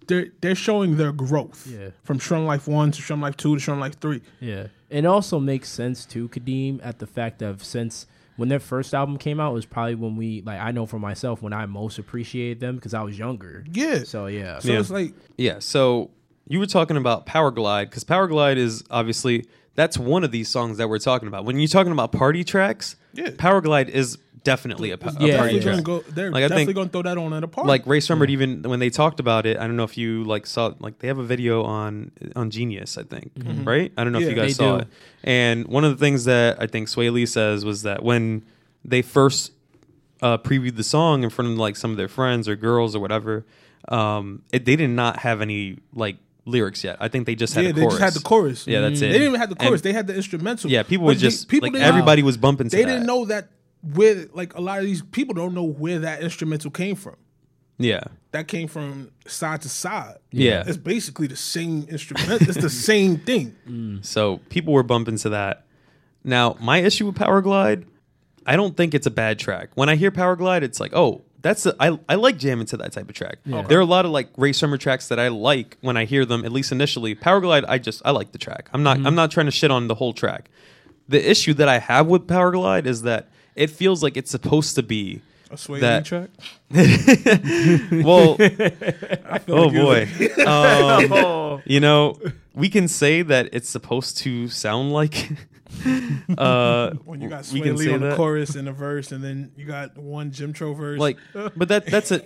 C: they're they're showing their growth
B: Yeah.
C: from Shrum Life One to Shrum Life Two to Shrum Life Three.
B: Yeah. It also makes sense too, Kadeem, at the fact of since when their first album came out was probably when we like I know for myself when I most appreciated them because I was younger.
C: Yeah.
B: So yeah.
C: So it's like
D: Yeah. So you were talking about Power Glide because Power Glide is obviously that's one of these songs that we're talking about. When you're talking about party tracks,
C: Yeah.
D: Power Glide is definitely a, pa- a
B: Yeah,
D: party
B: yeah.
C: they're gonna
D: track.
C: go they're
D: Like, I
C: definitely
D: think-
C: gonna throw that on at a party.
D: Like Ray Sremmurd, even when they talked about it, I don't know if you like saw like they have a video on on Genius, I think, right? I don't know if
C: Yeah,
D: you
B: Mm-hmm. they
D: guys saw
B: do.
D: it. And one of the things that I think Sway Lee says was that when they first uh, previewed the song in front of like some of their friends or girls or whatever, um, it, they did not have any like lyrics yet. I think they just had
C: yeah,
D: a
C: they
D: chorus.
C: just had the chorus.
D: Yeah,
B: Mm.
D: that's it.
C: They didn't even have the
D: And-
C: chorus. they had the instrumental.
D: yeah, people
C: But
D: were
C: the-
D: just
C: people
D: like
C: didn't-
D: everybody was bumping. To
C: They
D: that.
C: didn't know that where like a lot of these people don't know where that instrumental came from.
D: Yeah,
C: That came from side to side.
D: Yeah.
C: it's basically the same instrument. It's the same thing.
D: so people were bumping to that. Now my issue with Power Glide, I don't think it's a bad track. When I hear Power Glide, it's like, oh, that's a, I I like jamming to that type of track. There are a lot of like Ray Summer tracks that I like when I hear them, at least initially. Power Glide, I just I like the track. I'm not I'm not trying to shit on the whole track. The issue that I have with Power Glide is that it feels like it's supposed to be
C: A Sway Lee
D: That-
C: track.
D: oh, well. oh boy. Um, you know, we can say that it's supposed to sound like. uh,
C: When you got
D: we
C: Sway
D: can
C: Lee
D: say
C: on the
D: that.
C: chorus and a verse, and then you got one Jim Tro verse.
D: Like, but that that's a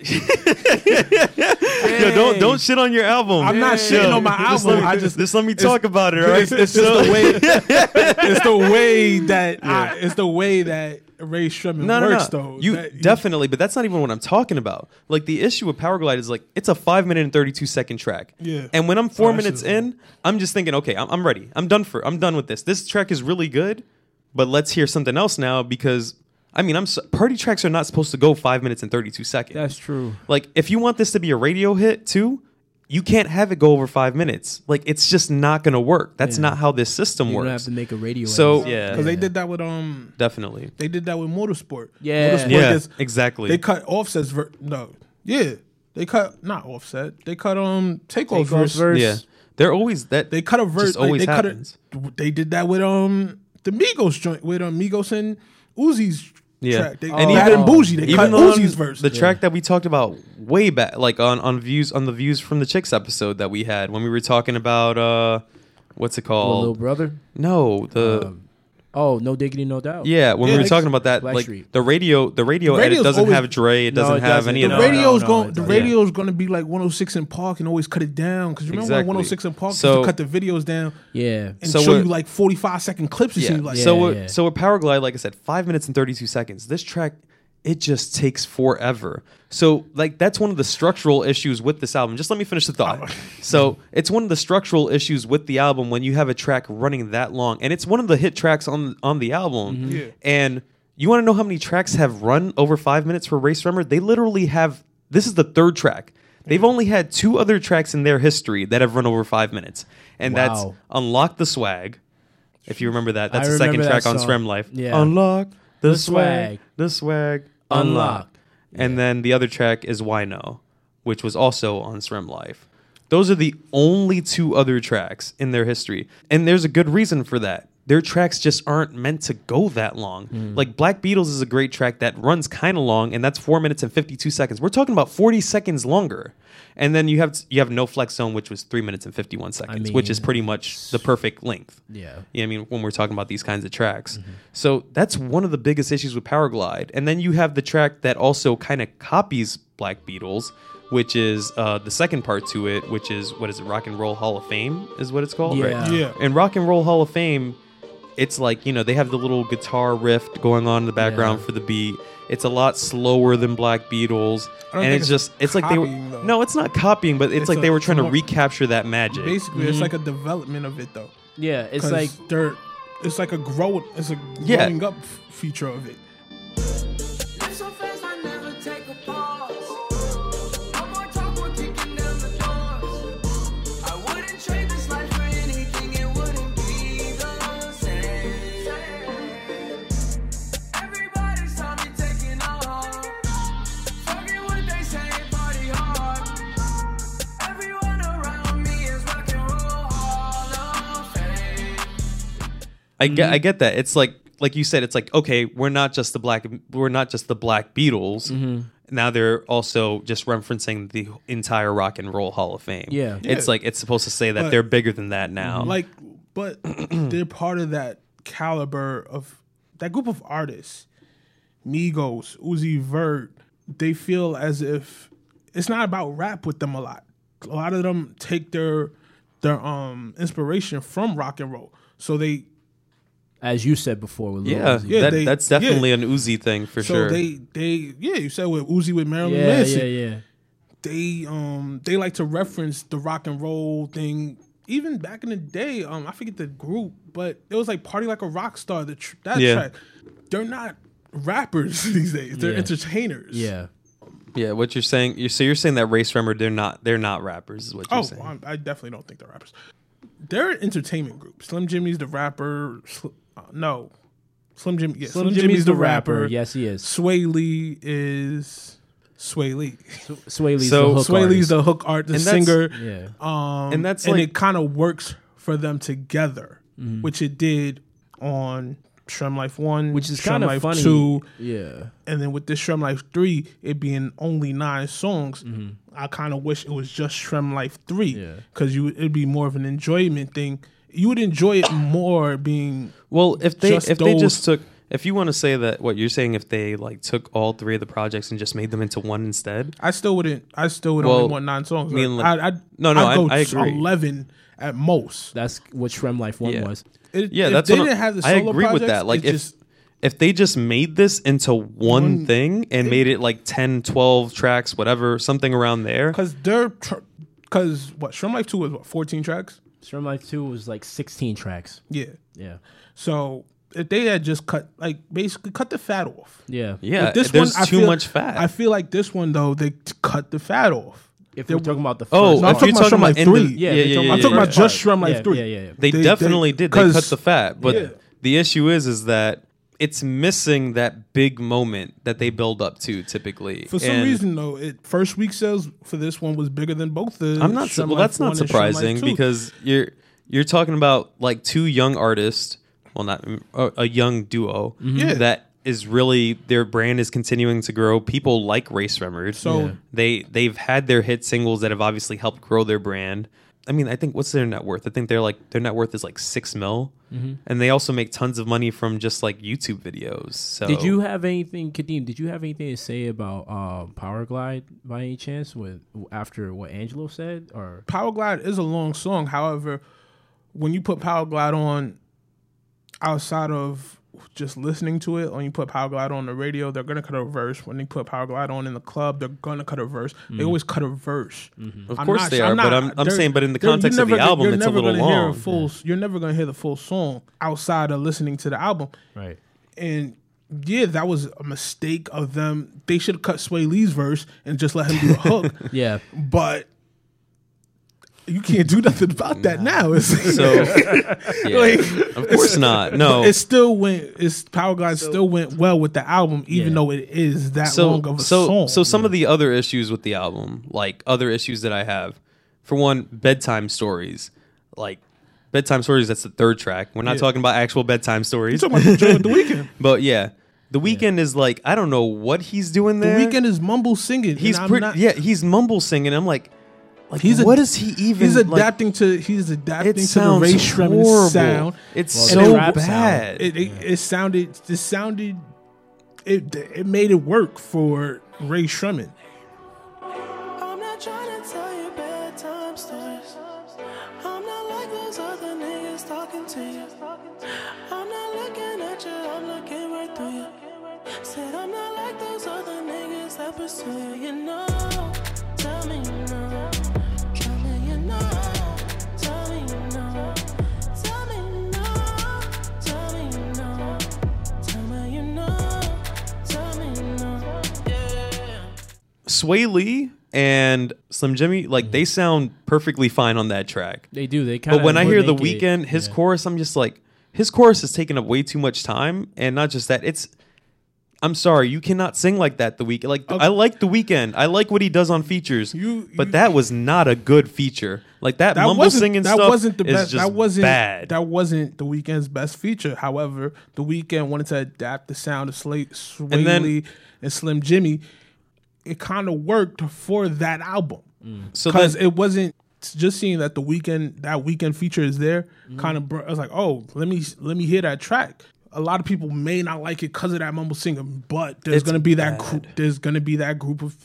D: Yo, don't don't shit on your album.
C: I'm not
D: Yo,
C: shitting on my
D: just
C: album.
D: let me-
C: I just
D: just let me talk about it. all Right?
C: it's, it's just the way it's the way that I, it's the way that Ray Sherman
D: no, no, no.
C: works though.
D: you
C: That-
D: definitely, but that's not even what I'm talking about. Like the issue with Power Glide is like it's a five minute and thirty two second track.
C: Yeah.
D: And when I'm four
C: Oh, that
D: minutes
C: shit's long.
D: in, I'm just thinking, okay, I'm, I'm ready. I'm done for. I'm done with this. This track is really good, but let's hear something else now because I mean, I'm so, party tracks are not supposed to go five minutes and thirty two seconds.
B: That's true.
D: Like, if you want this to be a radio hit too, you can't have it go over five minutes. Like, it's just not going to work. That's
B: Yeah.
D: not how this system
B: You
D: works.
B: don't have to make a radio.
D: So-
B: out of it.
D: Yeah.
C: because they did that with um
D: Definitely.
C: they did that with motorsport.
B: Yeah.
C: motorsport
D: Yeah,
C: gets-
D: exactly.
C: They cut offsets. Ver- no, yeah, they cut not offset. They cut um takeoff
B: Takeoff's
C: verse.
B: verse.
D: yeah. They're always that.
C: They cut a
D: just
C: verse. Like,
D: always
C: they cut a,
D: happens.
C: They did that with um the Migos joint with um Migos and Uzi's
D: Yeah.
C: track. They,
D: And
C: and Bad
D: even-
C: and Bougie. They cut
D: Even on
C: Uzi's verse.
D: the track that we talked about way back, like on, on views on the views from the chicks episode that we had when we were talking about uh, what's it
B: Well,
D: called?
B: little brother.
D: no, the
C: Uh,
B: Um, oh, no diggity, no doubt.
D: yeah when
C: yeah,
D: we were
C: they-
D: talking about that,
B: Black
D: like
B: Street.
D: the radio, the radio
C: The
D: edit
C: radio's
D: doesn't
C: always-
D: have Dre, it
B: No,
D: doesn't
B: it
D: have
B: doesn't.
D: any
B: The
D: of
C: The
D: that.
B: radio-
C: radio's
B: no,
C: going.
B: it
C: the
B: doesn't.
C: radio's going to be like 106 in Park and always cut it down because remember
D: Exactly.
C: when 106 in Park
D: So-
C: used to cut the videos down
B: Yeah.
C: and
D: So
C: show
D: we're-
C: you like 45 second clips. It
D: Yeah.
C: seemed like
D: so
B: Yeah,
D: with-
B: yeah.
D: so with Power Glide, like I said, five minutes and thirty two seconds. This track, it just takes forever. So like that's one of the structural issues with this album. Just let me finish the
C: Oh.
D: thought. so it's one of the structural issues with the album when you have a track running that long, and it's one of the hit tracks on on the album.
C: Yeah.
D: And you want to know how many tracks have run over five minutes for Race Drummer? They literally have. This is the third track. They've only had two other tracks in their history that have run over five minutes, and that's
B: Wow.
D: "Unlock the Swag," If you remember that, that's
B: I
D: the second
B: remember
D: track
B: that
D: on
B: song.
D: Swim Life.
B: Yeah.
D: Unlock the,
B: swag.
D: swag, the swag,
B: Unlock.
D: unlock. And then the other track is Why No, which was also on Swim Life. Those are the only two other tracks in their history. And there's a good reason for that. Their tracks just aren't meant to go that long.
B: Mm.
D: Like Black Beatles is a great track that runs kind of long, and that's four minutes and fifty-two seconds. We're talking about forty seconds longer, and then you have you have No Flex Zone, which was three minutes and fifty-one seconds, which is
B: mean,
D: pretty much the perfect length.
B: Yeah. Mm-hmm.
D: Yeah, I mean, when we're talking about these kinds of tracks. So that's one of the biggest issues with Power Glide. And then you have the track that also kind of copies Black Beatles, which is uh, the second part to it, which is what is it, Rock and Roll Hall of Fame is what it's called,
B: Yeah.
D: right?
C: Yeah.
D: And Rock and Roll Hall of Fame, it's like, you know, they have the little guitar riff going on in the background
B: Yeah.
D: for the beat. It's a lot slower than Black Beatles.
C: I don't
D: And
C: think it's
D: it's just it's like they were
C: copying, though.
D: No, it's not copying, but it's,
C: It's
D: like
C: a-
D: they were
C: it's
D: trying to
C: more-
D: recapture that magic.
C: basically
D: Mm-hmm.
C: it's like a development of it though.
B: Yeah. It's
C: 'Cause
B: like
C: they're it's like a growing it's a
D: Yeah.
C: growing up f- feature of it.
E: Life so fast, I never take a pause. No more talk, we're kicking down the doors. I wouldn't trade this life for anything, it wouldn't be the same. Everybody saw me taking off. Forget what they say, party hard. Everyone around me is rock and roll hall of fame.
D: I get, I get that. It's like, like you said, it's like, okay, we're not just the black, we're not just the Black Beatles. Now they're also just referencing the entire Rock and Roll Hall of Fame.
B: Yeah.
D: it's like it's supposed to say that
C: But-
D: they're bigger than that now.
C: Like but they're part of that caliber of that group of artists. Migos, Uzi Vert, they feel as if it's not about rap with them a lot. A lot of them take their their um inspiration from rock and roll. So they
B: as you said before with Lil
D: yeah,
B: Uzi.
C: Yeah,
D: that,
C: they-
D: that's definitely an Uzi thing for
C: so
D: sure.
C: they they yeah, you said with Uzi with Marilyn
B: Yeah.
C: Manson.
B: Yeah. Yeah.
C: they um they like to reference the rock and roll thing even back in the day um i forget the group but it was like party like a rock star the tr- that
D: Yeah.
C: track they're not rappers these days they're
B: Yeah.
C: entertainers
B: Yeah.
D: yeah, what you're saying, you're, so you're saying that Race Remember, they're not, they're not rappers, is what you're
C: oh
D: saying.
C: well, i I definitely don't think they're rappers they're an entertainment group slim jimmy's the rapper Sl- uh, no slim jimmy yeah, slim, jimmy's, the rapper,
B: Yes, he is.
C: sway lee is sway lee
B: Sway Lee's
D: So-
B: the hook
C: sway lee's
B: artist.
C: the hook art the
D: And that's-
C: singer
B: yeah.
C: Um,
D: And that's
C: and
D: like- Mm-hmm.
C: it kind of works for them together, which it did on Shrum Life One,
B: which is
C: Shrum
B: kind of
C: Life
B: funny.
C: Two,
B: Yeah,
C: and then with this Shrum Life Three, it being only nine songs,
D: Mm-hmm.
C: I kind of wish it was just Shrum Life Three
B: Yeah.
C: because you it'd be more of an enjoyment thing. You would enjoy it more being
D: Well, if they
C: Just
D: if they
C: those-
D: just took if you want to say that what you're saying if they like took all three of the projects and just made them into one instead.
C: I still wouldn't. I still would
D: Well,
C: only want nine songs.
D: me
C: Like,
D: and Lin-
C: I, I,
D: No, no,
C: I'd
D: I-
C: go
D: I agree.
C: Eleven at most.
B: that's what Shrem Life One
D: Yeah.
B: was.
C: It-
D: Yeah,
C: if
D: that's
C: they
D: what
C: didn't
D: I-
C: have the
D: I
C: solo
D: agree with that.
C: projects,
D: Like
C: it
D: if
C: just,
D: if they just made this into one, thing and made it like 10, 12 tracks, whatever, something around there.
C: because they're because what Shrum Life Two was what fourteen tracks.
B: Shrem Life Two was like 16 tracks.
C: Yeah,
B: Yeah,
C: so if they had just cut like basically cut the fat off.
B: yeah,
D: Yeah,
C: But this
D: Uh, there's
C: one, I
D: too
C: feel-
D: much fat.
C: I feel like this one though they t- cut the fat off.
B: If
C: They-
B: we're talking about the
D: oh,
B: first
C: No, I'm
B: part.
D: if
C: talking
D: you're
C: about Shrum Life
D: in the-
C: three.
B: Yeah,
D: yeah, yeah,
B: they're talking about
D: yeah,
C: I'm
D: yeah,
C: talking
D: yeah.
C: about just
B: Right.
C: Shrum Life
B: Yeah,
C: Three.
B: yeah, yeah, yeah.
D: They,
C: They-
D: definitely
C: they-
D: did. They cut
C: 'cause-
D: the fat, but
C: Yeah.
D: the issue is, is that it's missing that big moment that they build up to typically.
C: For some
D: And
C: reason though, it first week sales for this one was bigger than both the.
D: I'm not.
C: Shrum
D: Well,
C: Life
D: that's
C: 1
D: not
C: and Shrum
D: surprising
C: Life 2.
D: because you're you're talking about like two young artists. Well, not uh, a, a young duo
B: Mm-hmm.
C: Yeah.
D: that is really their brand is continuing to grow. People like Race Remord.
C: So- Yeah.
D: they they've had their hit singles that have obviously helped grow their brand. I mean, I think what's their net worth? I think they're like their net worth is like six mil,
B: Mm-hmm.
D: and they also make tons of money from just like YouTube videos. So
B: Did you have anything, Kadeem? Did you have anything to say about um, Power Glide by any chance? With after what Angelo said, or
C: Power Glide is a long song. However, when you put Power Glide on outside of just listening to it, when you put Power Glide on the radio, they're gonna cut a verse. When they put Power Glide on in the club, they're gonna cut a verse. They always cut a verse.
D: Of course they are, but I'm- I'm
C: they're-
D: saying, but in the
C: they're- you're
D: context of
C: never
D: the
C: gonna-
D: album,
C: you're
D: it's a
C: never
D: little
C: gonna hear
D: long.
C: full, You're never gonna hear the full song outside of listening to the album.
B: right?
C: And yeah, that was a mistake of them. They should have cut Sway Lee's verse and just let him do the hook.
B: Yeah,
C: but you can't do nothing about that now. It's,
D: So, yeah, of course not. No,
C: it still went. It's Power Glide still went well with the album, even
B: Yeah.
C: though it is that long of a
D: so,
C: song.
D: So some of the other issues with the album, like other issues that I have, for one, bedtime stories, like bedtime stories. That's the third track. We're not talking about actual bedtime stories,
C: You're talking about Joe with the weekend.
D: but yeah, the weekend is like I don't know what he's doing
C: The
D: there.
C: weekend is mumble singing. and
D: he's
C: I'm
D: pretty.
C: not-
D: yeah, he's mumble singing. I'm like, like
C: He's
D: he's
C: a-
D: what is he even?
C: He's
D: like,
C: adapting to. He's adapting
D: It
C: to the
D: sounds
C: Ray
D: horrible.
C: Shremming sound.
D: It's
B: Well,
D: so
B: the rap sound.
D: bad.
C: It, it, it sounded. It sounded. It it made it work for Ray Shremming.
G: I'm not trying to tell you bedtime stories. I'm not like those other niggas talking to you. I'm not looking at you, I'm looking right through you. Said I'm not like those other niggas that pursue you. You know, tell me you know. Tell me you know. Tell me you know. Tell me you know. Tell me you know. Tell me you know. Tell me you know. Yeah.
D: Sway Lee and Slim Jimmy, like they sound perfectly fine on that track.
B: they do. They kind.
D: But when I hear the weekend, his chorus, I'm just like, his chorus is taking up way too much time, and not just that, it's. I'm sorry, you cannot sing like that. The weekend, like I like the weekend, I like what he does on features,
C: You-
D: but
C: you-
D: that was not a good feature. Like that,
C: that
D: mumble
C: wasn't,
D: singing
C: that
D: stuff
C: wasn't the
D: is
C: best.
D: just
C: That wasn't
D: bad.
C: That wasn't the weekend's best feature. However, the weekend wanted to adapt the sound of Slate, Sway
D: And then-
C: Lee, and Slim Jimmy. It kind of worked for that album
D: so
C: because
D: Mm. then,
C: it wasn't just seeing that the weekend that weekend feature is there.
D: Mm.
C: Kind of, br- I was like, oh, let me let me hear that track. A lot of people may not like it because of that mumble singing, but there's
D: It's
C: gonna be that
D: bad.
C: group. There's gonna be that group of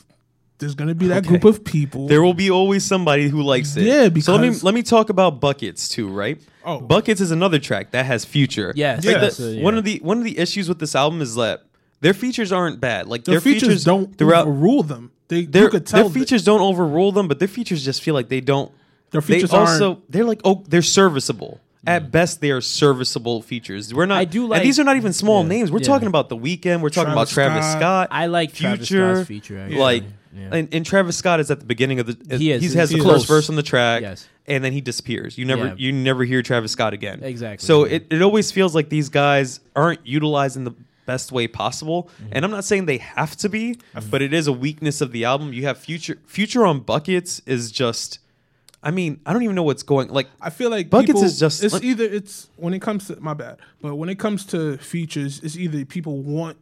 C: there's gonna be that
D: Okay.
C: group of people.
D: there will be always somebody who likes it.
C: Yeah,
D: so let me
C: because-
D: let me talk about buckets too, right?
C: Oh.
D: buckets is another track that has future.
B: Yes.
D: Like,
C: Yes.
D: the-
B: Yeah.
D: one of the one of the issues with this album is that their features aren't bad. Like
C: their, features, don't
D: throughout
C: rule them. They
D: their,
C: you could tell
D: their
C: that-
D: features don't overrule them, but their features just feel like they don't.
C: Their features
D: they also
C: aren't-
D: they're like oh they're serviceable. At best, they are serviceable features. We're not.
B: Mm. I do
D: and
B: like-
D: these are not even small
B: yeah,
D: names. We're
B: yeah.
D: talking about the weekend. We're talking
C: Travis
D: about Travis
C: Scott.
D: Scott.
B: I like Travis Scott's feature, actually.
D: Like,
B: Yeah.
D: and, and Travis Scott is at the beginning of the.
B: He is.
D: He has
B: He
D: the
B: is.
D: first verse on the track.
B: Yes.
D: And then he disappears. You never.
B: Yeah.
D: You never hear Travis Scott again.
B: Exactly.
D: So
B: Yeah.
D: it, it always feels like these guys aren't utilizing the best way possible.
B: Mm-hmm.
D: And I'm not saying they have to be, but it is a weakness of the album. You have future future on buckets is just I mean, I don't even know what's going. Like,
C: I feel like
D: Buckets
C: people-
D: is just-
C: it's
D: let-
C: either it's when it comes to my bad, but when it comes to features, it's either people want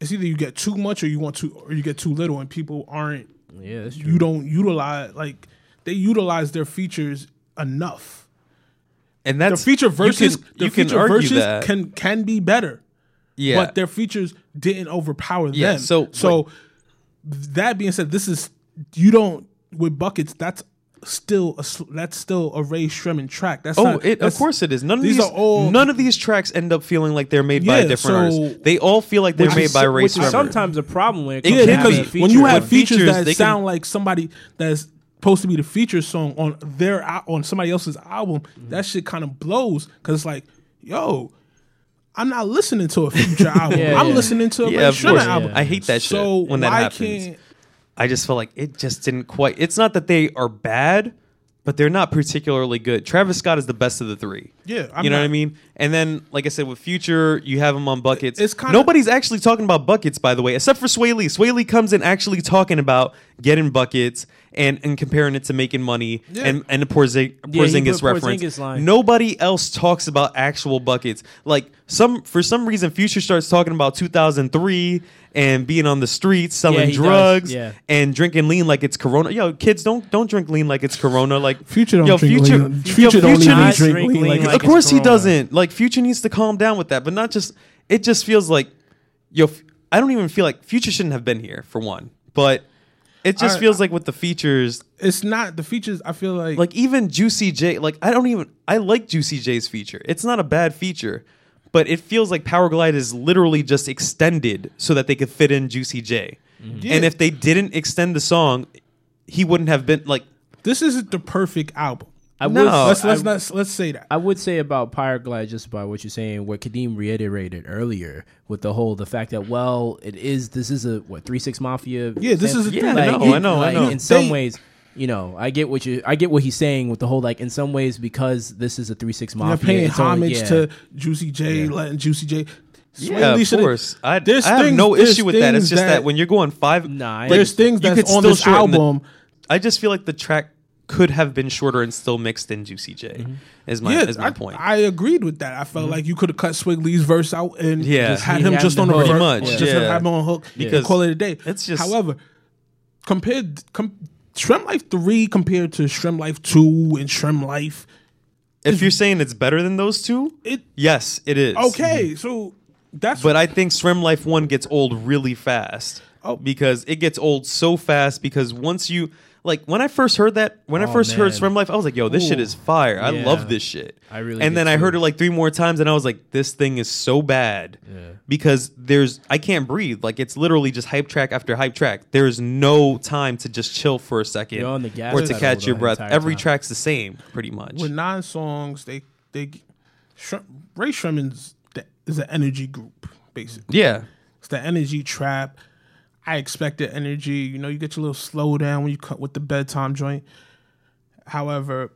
C: it's either you get too much or you want too or you get too little, and people aren't
B: Yeah, that's
C: you don't utilize like they utilize their features enough.
D: and that's
C: Their feature verses,
D: You can,
C: their
D: you can
C: feature
D: argue
C: verses
D: that.
C: can can be better,
D: yeah,
C: but their features didn't overpower
D: Yeah,
C: them.
D: so-
C: so that being said, this is you don't with buckets. That's still a sl- that's still a Ray Sherman track. That's
D: Oh,
C: not,
D: it, of
C: that's-
D: course it is. None of these,
C: these are all-
D: none of these tracks end up feeling like they're made by a
C: Yeah,
D: different
C: so-
D: artist. They all feel like they're
B: Which
D: made
B: is-
D: by Ray
B: which is
D: Shremmer.
B: sometimes a problem when it comes
D: Yeah,
B: to
C: Yeah,
B: having
D: because
C: because when
B: features.
C: you have
D: With
C: features,
D: features, they
C: that
D: can-
C: sound like somebody that's supposed to be the feature song on their al- on somebody else's album,
D: Mm-hmm.
C: that shit kind of blows because it's like, yo, I'm not listening to a feature album.
B: Yeah,
C: I'm
B: yeah.
C: listening to a
D: yeah,
C: yeah,
D: of course.
C: album.
D: I hate that shit
C: so
D: when that
C: why
D: happens.
C: can't
D: I just feel like it just didn't quite. It's not that they are bad, but they're not particularly good. Travis Scott is the best of the three.
C: Yeah, I'm
D: you know what I
C: not-
D: mean. And then, like I said, with Future, you have him on buckets.
C: It's kinda-
D: nobody's actually talking about buckets, by the way, except for Sway Lee. Sway Lee comes in actually talking about getting buckets and and comparing it to making money and and the Porzing,
B: Yeah, he
D: Porzingis
B: put
D: reference.
B: Porzingis line.
D: Nobody else talks about actual buckets. Like some for some reason, Future starts talking about 2003 and being on the streets selling
B: he does.
D: drugs
B: Yeah.
D: and drinking lean like it's Corona. Yo, kids, don't don't drink lean like it's Corona. Like
C: Future don't
D: yo,
C: drink
D: future,
C: lean.
D: yo,
C: Future don't
D: Future
C: even
D: needs-
C: drink
B: drink
C: lean
B: lean
C: like
B: like
C: it's-
D: of
B: it's
D: course he
B: Corona.
D: doesn't. Like Future needs to calm down with that, but not just. It just feels like, yo, F- I don't even feel like Future shouldn't have been here for one, but it just
C: I-
D: feels like with the features,
C: it's not the features. I feel like,
D: like even Juicy J, like I don't even I like Juicy J's feature. It's not a bad feature, but it feels like Power Glide is literally just extended so that they could fit in Juicy J.
C: Mm-hmm.
D: And if they didn't extend the song, he wouldn't have been like
C: this isn't the perfect album.
B: I
D: No.
B: would,
C: let's
D: Let's-
C: let's
B: I,
C: let's, let's say that.
B: I would say about Pyroglide, just by what you're saying, what Kadeem reiterated earlier with the whole the fact that well, it is this is a what three six mafia.
C: Yeah, this is a
D: Yeah,
C: thing.
D: I
B: like,
C: Like,
D: know,
C: you-
D: I know, I
B: like,
D: know.
B: In some
C: They-
B: ways, you know, I get what you I get what he's saying with the whole like in some ways because this is a three six mafia.
C: They're paying
B: it's only-
C: homage
B: yeah.
C: to Juicy J, letting Juicy J. Sway
D: yeah,
C: Lee
D: of
C: shoulda-
D: course. I,
C: there's
D: I have
C: things-
D: no
C: there's
D: issue with that. It's
C: things
D: just that, when you're going five,
B: Nah, I-
D: like,
C: there's things that's
D: you could
C: on
D: still
C: this
D: shorten the-
C: album.
D: I just feel like the track could have been shorter and still mixed in Juicy J. Is my is
C: Mm-hmm.
D: my
C: I,
D: point? Mm-hmm.
C: I agreed with that. I felt like you could have cut Swig Lee's verse out and
D: Yeah.
C: just had
B: He
C: him
B: had
C: just
B: the
C: on the
B: hook.
C: verse,
D: Pretty much,
C: just
D: yeah.
C: have him on hook because
D: Because
C: and call it a day.
D: it's just-
C: however, compared com, Shrem Life three compared to Shrem Life two and Shrem Life,
D: if you're saying it's better than those two,
C: it
D: yes, it is.
C: okay. So that's
D: But I think Swim Life 1 gets old really fast.
C: Oh.
D: Because it gets old so fast because once you like when I first heard that when I
B: Oh,
D: first heard
B: man.
D: Swim Life, I was like, yo, this shit
B: Ooh.
D: is fire. I
B: Yeah.
D: love this shit.
B: I really
D: And
B: did
D: then I heard
B: too.
D: it like three more times and I was like, this thing is so bad. Because there's I can't breathe. Like it's literally just hype track after hype track. There's no time to just chill for a 2nd
B: You're on the gas
D: or to
B: pedal
D: catch
B: the
D: your breath.
B: entire
D: Every
B: time.
D: track's the same, pretty much.
C: with nine songs, they they Shr- Ray Sherman's the, is an energy group basically.
D: yeah.
C: It's the energy trap. I expected energy. You know, you get your little slow down when you cut with the bedtime joint. However,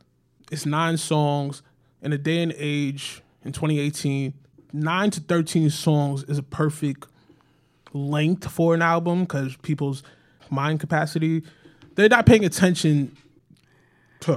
C: it's nine songs in a day and age in 2018. Nine to 13 songs is a perfect length for an album because people's mind capacity, they're not paying attention to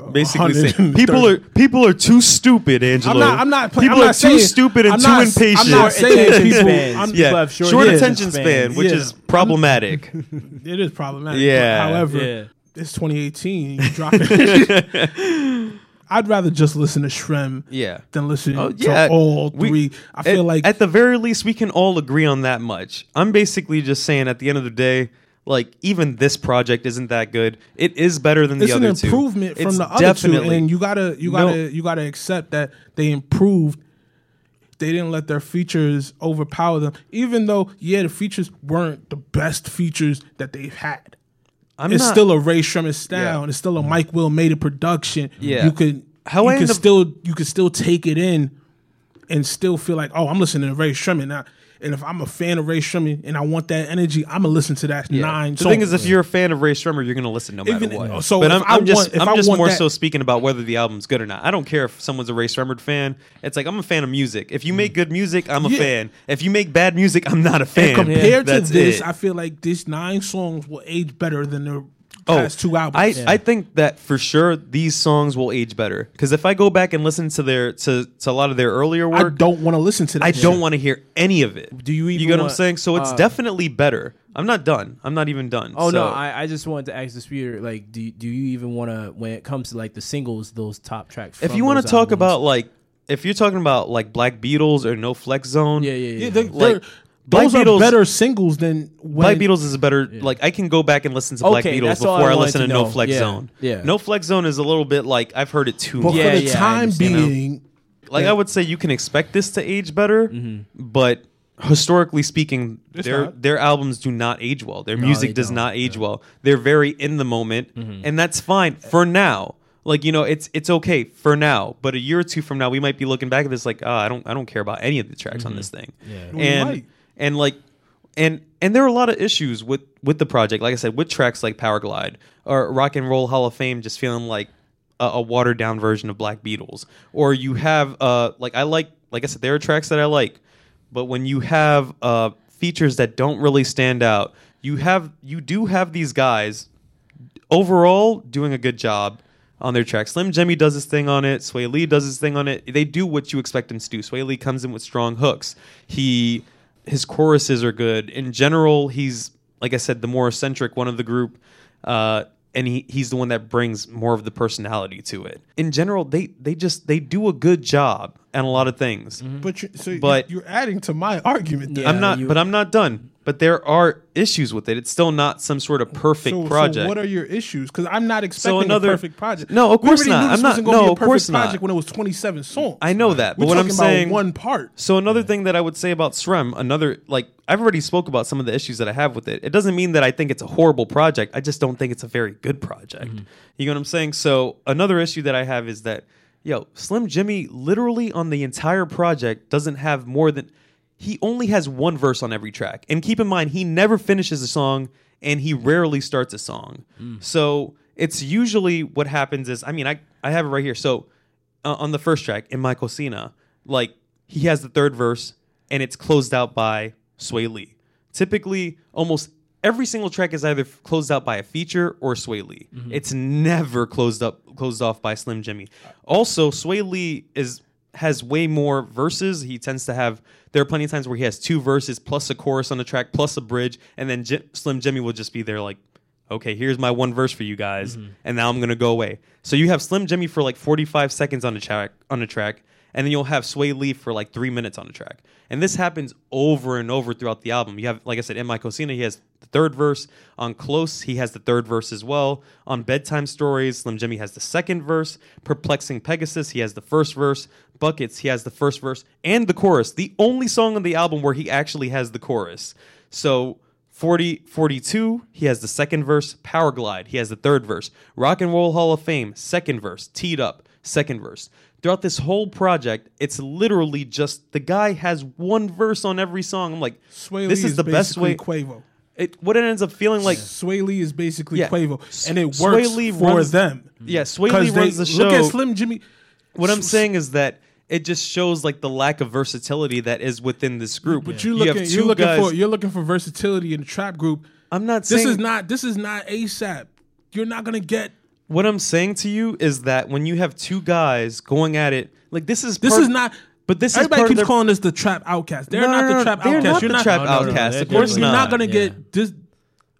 D: basically saying people are people are too stupid, Angelo.
C: I'm not. I'm not. Play,
D: people
C: I'm
D: are
C: not
D: too
C: saying,
D: stupid and
C: I'm
D: too
C: not,
D: impatient.
C: I'm not saying people. I'm,
D: yeah,
B: People have
D: short,
B: short
D: attention
B: attention
D: span,
B: spans.
D: which
C: Yeah.
D: is problematic.
C: It is problematic.
D: Yeah,
C: But however,
B: yeah.
C: it's 2018. You drop it. I'd rather just listen to Shrem
D: yeah.
C: than listen
D: Oh, yeah.
C: to all
D: We-
C: three. I feel
D: at,
C: like
D: at the very least we can all agree on that much. I'm basically just saying at the end of the day, like even this project isn't that good. It is better than
C: it's
D: the
C: an
D: other two.
C: improvement from
D: It's
C: the other two,
D: definitely-
C: and you gotta you
D: No.
C: gotta you gotta accept that they improved. They didn't let their features overpower them, even though yeah, the features weren't the best features that they've had.
D: I'm
C: it's
D: not- Mm-hmm.
C: still a Ray Sherman style. and It's still a Mike Will made a production.
D: Yeah.
C: you could
D: How
C: how
D: I
C: you
D: end
C: could
D: up-
C: still you could still take it in, and still feel like oh I'm listening to Ray Sherman now. And if I'm a fan of Ray Sherman and I want that energy, I'm gonna listen to that
D: Yeah.
C: nine.
D: The thing is, if you're a fan of Ray Strummer, you're going to listen no matter
C: Even-
D: what.
C: so if
D: but I'm,
C: I
D: I'm just,
C: want- if
D: I'm
C: I
D: just
C: want
D: more
C: that-
D: so speaking about whether the album's good or not. I don't care if someone's a Ray Strummer fan. It's like I'm a fan of music. If you make good music, I'm a
C: Yeah.
D: fan. If you make bad music, I'm not a fan.
C: compared to
D: That's
C: this,
D: it.
C: I feel like these nine songs will age better than the past two albums.
D: Oh, I, I think that for sure these songs will age better because if I go back and listen to their to, to a lot of their earlier
C: I
D: work,
C: don't want to listen to that.
D: I
C: shit.
D: don't want to hear any of it.
B: Do you even
D: You get what
B: want-
D: I'm saying? So it's
B: uh,
D: definitely better. I'm not done. I'm not even done.
B: Oh no,
D: So-
B: I, I just wanted to ask the speeder like, do do you even want to when it comes to like the singles, those top tracks?
D: if
B: from
D: you want to
B: those
D: talk
B: albums-
D: about like, if you're talking about like Black Beatles or No Flex Zone,
B: yeah, yeah, yeah,
C: Yeah, they,
D: Like,
C: they're- those
D: Black
C: are
D: Beatles-
C: better singles than when,
D: Black Beatles is a better like I can go back and listen to Black
B: Okay,
D: Beatles
B: that's all
D: before
B: I
D: I,
B: wanted
D: listen
B: to
D: to No
B: know.
D: Flex
B: Yeah,
D: Zone.
B: yeah.
D: No Flex Zone is a little bit like I've heard it too
C: But
D: much.
B: Yeah,
C: for the
B: yeah, I
C: time
B: understand.
C: being,
D: Like
C: Yeah.
D: I would say you can expect this to age better,
B: Mm-hmm.
D: but historically speaking, their
C: not.
D: their albums do not age well. Their music
B: they
D: does
B: don't. Mm-hmm.
D: not age well. They're very in the moment, and that's fine for now. Like you know, it's it's okay for now, but a year or two from now, we might be looking back at this like, oh, I don't I don't care about any of the tracks
B: Mm-hmm.
D: on this thing,
C: We
D: and
C: might.
D: and like and and there are a lot of issues with with the project. Like I said, with tracks like Power Glide or Rock and Roll Hall of Fame, just feeling like a, a watered down version of Black Beatles. Or you have uh like I like like I said, there are tracks that I like, but when you have uh features that don't really stand out, you have you do have these guys overall doing a good job on their track. Slim Jimmy does his thing on it. Sway Lee does his thing on it. They do what you expect them to do. Sway Lee comes in with strong hooks. He his choruses are good. In general, he's like I said, the more eccentric one of the group, uh, and he, he's the one that brings more of the personality to it. In general, they they just they do a good job on a lot of things.
C: but you so
D: But-
C: you're adding to my argument. there.
B: Yeah,
D: I'm not,
B: you-
D: but I'm not done. But there are issues with it. It's still not some sort of perfect
C: So, so
D: project.
C: what are your issues? Because I'm not expecting
D: another-
C: a perfect project.
D: No, of
C: We
D: course
C: already
D: not.
C: Knew this
D: I'm not-
C: wasn't gonna
D: no,
C: be a
D: of
C: perfect
D: course not.
C: Project when it was 27 songs.
D: I know that,
C: We're
D: but what I'm
C: talking
D: saying,
C: about one part.
D: So another thing that I would say about Srem, another like I've already spoke about some of the issues that I have with it. It doesn't mean that I think it's a horrible project. I just don't think it's a very good project. You know what I'm saying? So another issue that I have is that yo, Slim Jimmy literally on the entire project doesn't have more than he only has one verse on every track. And keep in mind he never finishes a song and he rarely starts a song. So it's usually what happens is I mean I I have it right here. So uh, on the first track in Michael Cena, like he has the third verse and it's closed out by Sway Lee. Typically, almost every single track is either f- closed out by a feature or Sway Lee. It's never closed up closed off by Slim Jimmy. Also, Sway Lee is has way more verses. He tends to have there are plenty of times where he has two verses plus a chorus on the track plus a bridge, and then J- Slim Jimmy will just be there like okay, here's my one verse for you guys, and now I'm gonna go away. So you have Slim Jimmy for like 45 seconds on a track, on a track, and then you'll have Sway Lee for like three minutes on a track. And this happens over and over throughout the album. You have, like I said, in My Cosina, he has the third verse. On Close, he has the third verse as well. On Bedtime Stories, Slim Jimmy has the second verse. Perplexing Pegasus, he has the first verse. Buckets, he has the first verse and the chorus. The only song on the album where he actually has the chorus. So 40 42 he has the second verse power glide he has the third verse rock and roll hall of fame second verse teed up second verse throughout this whole project it's literally just the guy has one verse on every song i'm like
C: Sway
D: this
C: Lee
D: is, the best way
C: basically Quavo.
D: it, what it ends up feeling like
C: Sway Lee is basically
D: Yeah.
C: Quavo, and it works
D: Sway Lee
C: for
D: runs- Mm.
C: them.
D: yeah sway lee
C: 'Cause they-
D: runs the show
C: Look at Slim Jimmy.
D: what i'm saying is that it just shows like the lack of versatility that is within this group
C: But you looking,
D: have
C: you
D: two
C: are looking
D: guys
C: for you're looking for versatility in the trap group.
D: i'm not
C: This
D: saying
C: is not this is not ASAP. You're not gonna get
D: What I'm saying to you is that when you have two guys going at it, like this is
C: this
D: part-
C: is not.
D: But this
C: everybody
D: is part
C: keeps
D: of their,
C: calling us the trap outcast. They're
D: No,
C: not
D: no,
C: the
D: no,
C: trap
D: they're
C: outcast.
D: not
C: you're
D: the
C: not
D: trap
B: No, no, no,
D: outcast.
B: they're
D: of course
B: different.
C: You're not gonna
B: Yeah.
C: get this.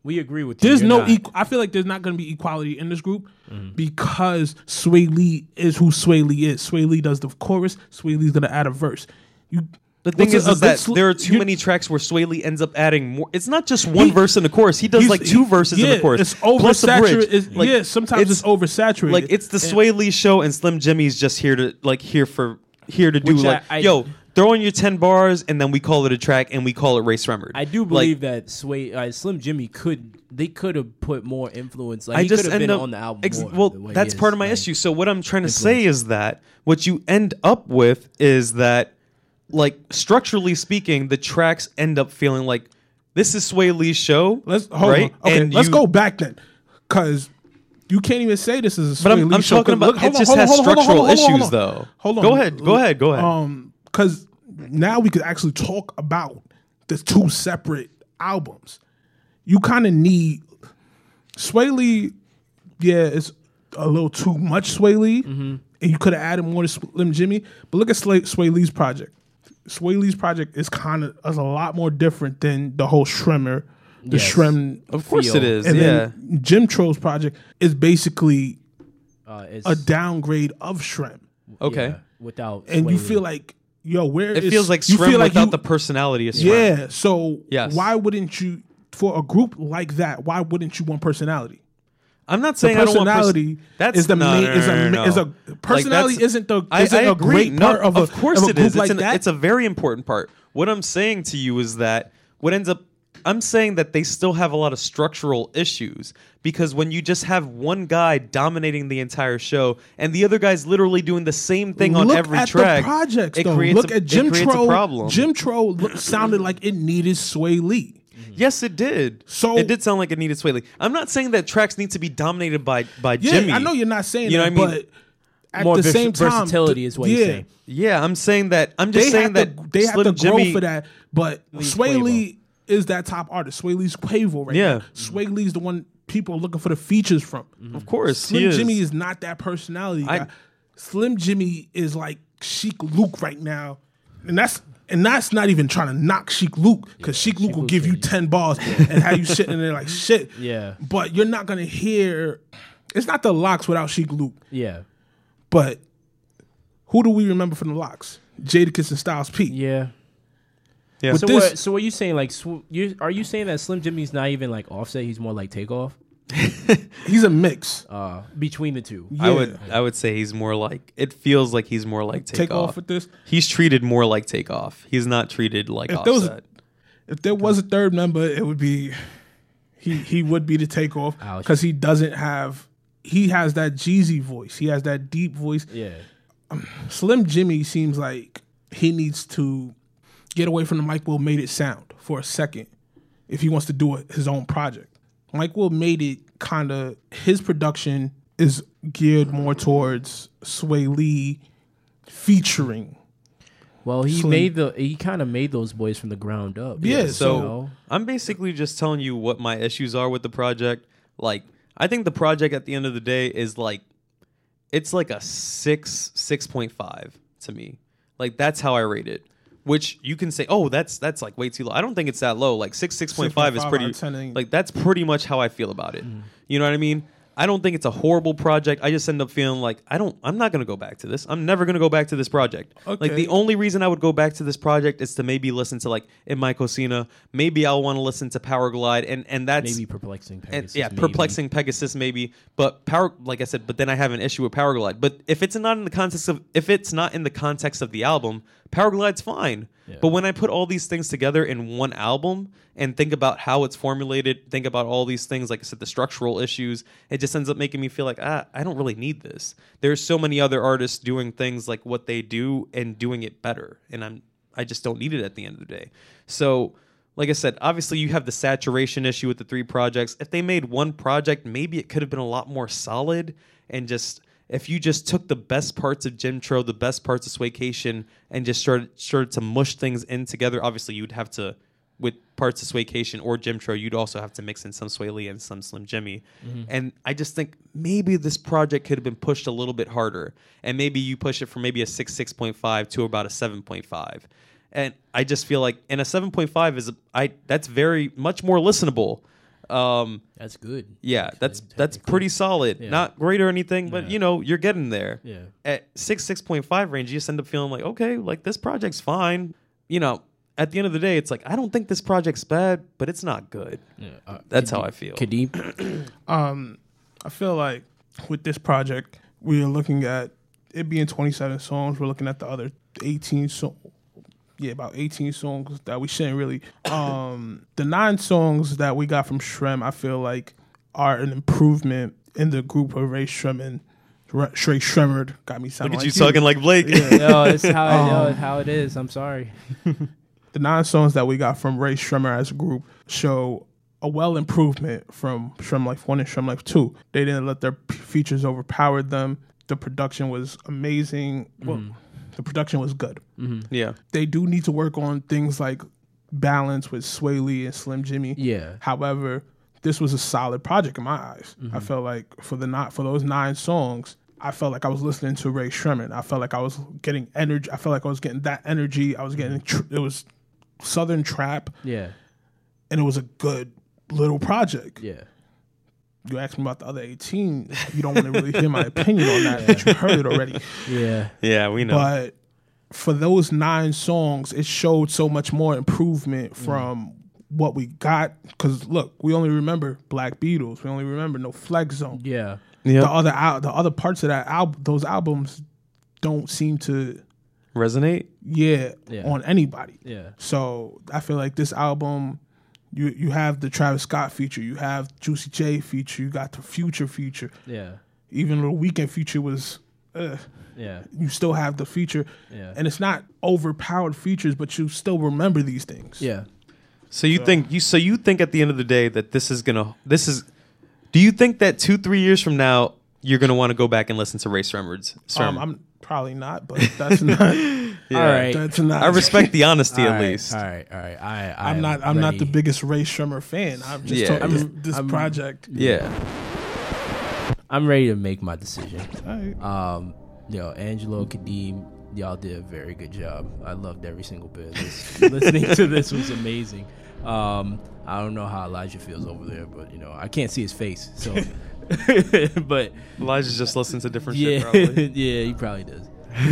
B: We agree with you.
C: There's
B: You're
C: no
B: not. Mm-hmm.
C: equal. I feel like there's not going to be equality in this group because Sway Lee is who Sway Lee is. Sway Lee does the chorus. Sway Lee's going to add a verse. You.
D: The thing is, is that there are too
C: you-
D: many tracks where Sway Lee ends up adding more. It's not just one
C: He-
D: verse in the chorus. He does
C: he's-
D: like two
C: he-
D: verses in
C: yeah,
D: the chorus.
C: It's
D: plus a bridge.
C: oversaturated. It's,
D: Like,
C: yeah, sometimes it's, oversaturated.
D: Like it's the Sway Lee show, and Slim Jimmy's just here to like here for here to do
B: Which I-
D: like
B: I-
D: yo throw in your ten bars, and then we call it a track, and we call it Race Remembered.
B: I do believe that Sway, uh, Slim Jimmy could they could have put more influence. Like
D: I
B: he
D: just
B: could have
D: end
B: been
D: up
B: on the album.
D: ex-
B: more
D: well,
B: than what he
D: that's
B: is,
D: part of my
B: like-
D: issue. So what I'm trying to say is that what you end up with is that, like structurally speaking, the tracks end up feeling like this is Sway Lee's show.
C: Let's hold
D: right?
C: on. Okay,
D: And
C: let's
D: you-
C: go back then, because you can't even say this is a Sway
D: But I'm,
C: Lee
D: I'm
C: show. 'cause
D: talking about
C: look-
D: it
C: hold on,
D: just
C: hold on,
D: has
C: hold on, hold on,
D: structural
C: hold on, hold on,
D: issues
C: hold on.
D: though.
C: Hold on.
D: Go ahead. Go ahead. Go ahead.
C: Um, because now we could actually talk about the two separate albums. You kind of need Sway Lee, yeah, it's a little too much Sway Lee,
D: Mm-hmm.
C: and you could have added more to Slim Jimmy. But look at Sway, Sway Lee's project. Sway Lee's project is kind of is a lot more different than the whole Shrimmer, the
B: Yes.
C: Shrem,
D: Of course
B: Feel.
D: it is.
C: and
D: yeah.
C: then Jim Troll's project is basically
B: Uh, it's,
C: a downgrade of Shrem,
D: okay.
B: yeah, without
C: and you
B: Sway
C: feel
B: Lee.
C: like yo, where
D: It
C: is-
D: feels like
C: you
D: Shrem
C: feel like
D: without
C: you-
D: the personality of Shrem.
C: Yeah. So
D: Yes.
C: why wouldn't you for a group like that? Why wouldn't you want personality?
D: I'm not saying I don't want pers-
C: personality
D: that's
C: is the
D: no,
C: main-
D: no, no,
C: is a
D: no,
C: ma-
D: no.
C: is a-
D: Like,
C: personality
D: that's-
C: isn't the-
D: I-
C: isn't
D: I
C: a
D: agree.
C: great
D: No,
C: part of a-
D: of course
C: of a
D: it
C: group
D: is.
C: like
D: it's, an-
C: that?
D: it's a very important part. What I'm saying to you is that what ends up I'm saying that they still have a lot of structural issues because when you just have one guy dominating the entire show and the other guy's literally doing the same thing on
C: Look
D: every
C: at the
D: track,
C: projects,
D: it
C: though.
D: creates
C: Look
D: a,
C: at
D: it
C: Jim
D: creates a
C: Troll.
D: problem.
C: Jim Troll look, sounded like it needed Sway Lee.
D: Yes, it did.
C: So-
D: it did sound like it needed Swaley. I'm not saying that tracks need to be dominated by by
C: Yeah,
D: Jimmy.
C: I know you're not saying
D: You know
C: that,
D: what I mean?
C: but at
B: More
C: the
B: vers-
C: same time,
B: versatility
C: th-
B: is what
C: yeah,
B: you're saying.
D: Yeah, I'm saying that. I'm just
C: They
D: saying
C: have
D: that
C: to, they have
D: Slim
C: to grow
D: Jimmy-
C: for that. But Sway
D: Quavo.
C: Lee is that top artist. Sway Lee's Quavo right
D: Yeah. Mm-hmm.
C: now. Sway Lee's the one people are looking for the features from.
D: Of course, he
C: Slim
D: is.
C: Jimmy is not that personality.
D: I-
C: guy. Slim Jimmy is like Chic Luke right now, and that's and that's not even trying to knock Chic Luke because Chic Luke will give you ten balls and have you sitting there like shit.
B: Yeah.
C: but you're not gonna hear. It's not the locks without Chic Luke,
B: yeah,
C: but who do we remember from the locks? Jadakiss and Styles P.
B: yeah.
D: Yeah.
B: So
C: This-
B: what? So what you saying? Like, sw- you are you saying that Slim Jimmy's not even like Offset? He's more like Takeoff
C: He's a mix.
B: uh, between the two.
D: I would I would say he's more like it feels like he's more like
C: take
D: takeoff.
C: off with this.
D: He's treated more like takeoff. He's not treated like
C: If there was-
D: offset.
C: If there was a third member, it would be he. He would be the takeoff
B: Ouch.
C: because he doesn't have. He has that Jeezy voice. He has that deep voice.
B: Yeah,
C: Slim Jimmy seems like he needs to get away from the Mike Will made it sound for a second if he wants to do it, his own project. Mike Will made it kind of his production is geared more towards Sway Lee featuring.
B: Well, he
C: Slim.
B: made the he kind of made those boys from the ground up.
C: Yeah,
D: so
B: you know?
D: I'm basically just telling you what my issues are with the project. Like I think the project at the end of the day is like it's like a six six point five to me. Like that's how I rate it. Which you can say, oh, that's that's like way too low. I don't think it's that low. Like six six point five is
C: 6.5 out
D: pretty
C: of 10 ain't-
D: like that's pretty much how I feel about it. You know what I mean? I don't think it's a horrible project. I just end up feeling like I don't. I'm not gonna go back to this. I'm never gonna go back to this project. Like
C: Okay.
D: the only reason I would go back to this project is to maybe listen to like in my Cosina. Maybe I'll want to listen to Power Glide, and and that's
B: maybe perplexing.
D: and,
B: Pegasus,
D: yeah,
B: maybe.
D: perplexing Pegasus maybe, but power like I said, but then I have an issue with Powerglide. But if it's not in the context of if it's not in the context of the album, Powerglide's fine. But when I put all these things together in one album and think about how it's formulated, think about all these things, like I said, the structural issues, it just ends up making me feel like ah, I don't really need this. There's so many other artists doing things like what they do and doing it better, and I'm I just don't need it at the end of the day. So like I said, obviously you have the saturation issue with the three projects. If they made one project, maybe it could have been a lot more solid and just if you just took the best parts of Jim Tro, the best parts of Swaycation, and just started started to mush things in together. Obviously, you'd have to with parts of Swaycation or Jim Tro, you'd also have to mix in some Sway Lee and some Slim Jimmy. And I just think maybe this project could have been pushed a little bit harder, and maybe you push it from maybe a six six point five to about a seven point five and I just feel like and a 7.5 is a, I that's very much more listenable. Um,
B: That's good.
D: yeah, that's that's pretty solid. Not great or anything, but you know you're getting there.
B: Yeah.
D: At six six point five range, you just end up feeling like okay, like this project's fine. You know, at the end of the day, it's like I don't think this project's bad, but it's not good. that's how I feel.
B: Kadeem.
C: I feel like with this project, we are looking at it being 27 songs. We're looking at the other 18 songs. Yeah, about 18 songs that we shouldn't really. Um, the nine songs that we got from Shrem, I feel like are an improvement in the group of Ray Shrem and Ray Shremmerd. Got me sounding
D: Look at
C: like
D: you talking like Blake.
B: yo, it's how
D: Oh.
B: yo, how it is. I'm sorry.
C: the nine songs that we got from Ray Shremmer as a group show a well improvement from Shrem Life 1 and Shrem Life 2. They didn't let their p- features overpower them. The production was amazing. Well, the production was good.
D: yeah,
C: They do need to work on things like balance with Sway Lee and Slim Jimmy.
B: Yeah.
C: However, this was a solid project in my eyes. I felt like for the not for those nine songs, I felt like I was listening to Ray Sherman. I felt like I was getting energy. I felt like I was getting that energy. I was getting tr- it was southern trap,
B: Yeah.
C: and it was a good little project.
B: Yeah.
C: You asked me about the other eighteen. You don't want to really hear my opinion on that, but you heard it already.
B: Yeah.
D: Yeah, we know.
C: But for those nine songs, it showed so much more
D: Mm.
C: improvement from what we got. Because look, we only remember Black Beatles. We only remember No Flex Zone.
B: Yeah.
D: Yep.
C: The other al- the other parts of that album, those albums, don't seem to
D: Resonate?
C: yeah,
B: Yeah.
C: on anybody.
B: Yeah.
C: So I feel like this album, you you have the Travis Scott feature, you have Juicy J feature, you got the Future feature,
B: Yeah.
C: even the Weekend feature was. Uh,
B: Yeah.
C: you still have the feature,
B: Yeah.
C: and it's not overpowered features, but you still remember these things.
B: Yeah.
D: So you think you so you think at the end of the day that this is gonna this is do you think that two, three years from now you're gonna want to go back and listen to Ray Sherman's
C: um, I'm probably not, but that's not.
B: All right.
C: That's not.
D: I respect the honesty
B: All
D: at
B: right,
D: least.
B: All right. All right. I, I
C: I'm
B: am
C: not. I'm not the
B: ready.
C: biggest Ray Shremmer fan. I'm just
D: Yeah,
C: talking
D: I'm
C: this,
B: just-
C: this
B: I'm-
C: project.
D: Yeah.
B: I'm ready to make my decision.
C: All right.
B: Um, yo, Angelo Kadeem, y'all did a very good job. I loved every single bit. of this. Listening to this was amazing. Um, I don't know how Elijah feels over there, but you know, I can't see his face. So, but
D: Elijah just listens to different shit
B: yeah,
D: probably.
B: yeah, he probably does.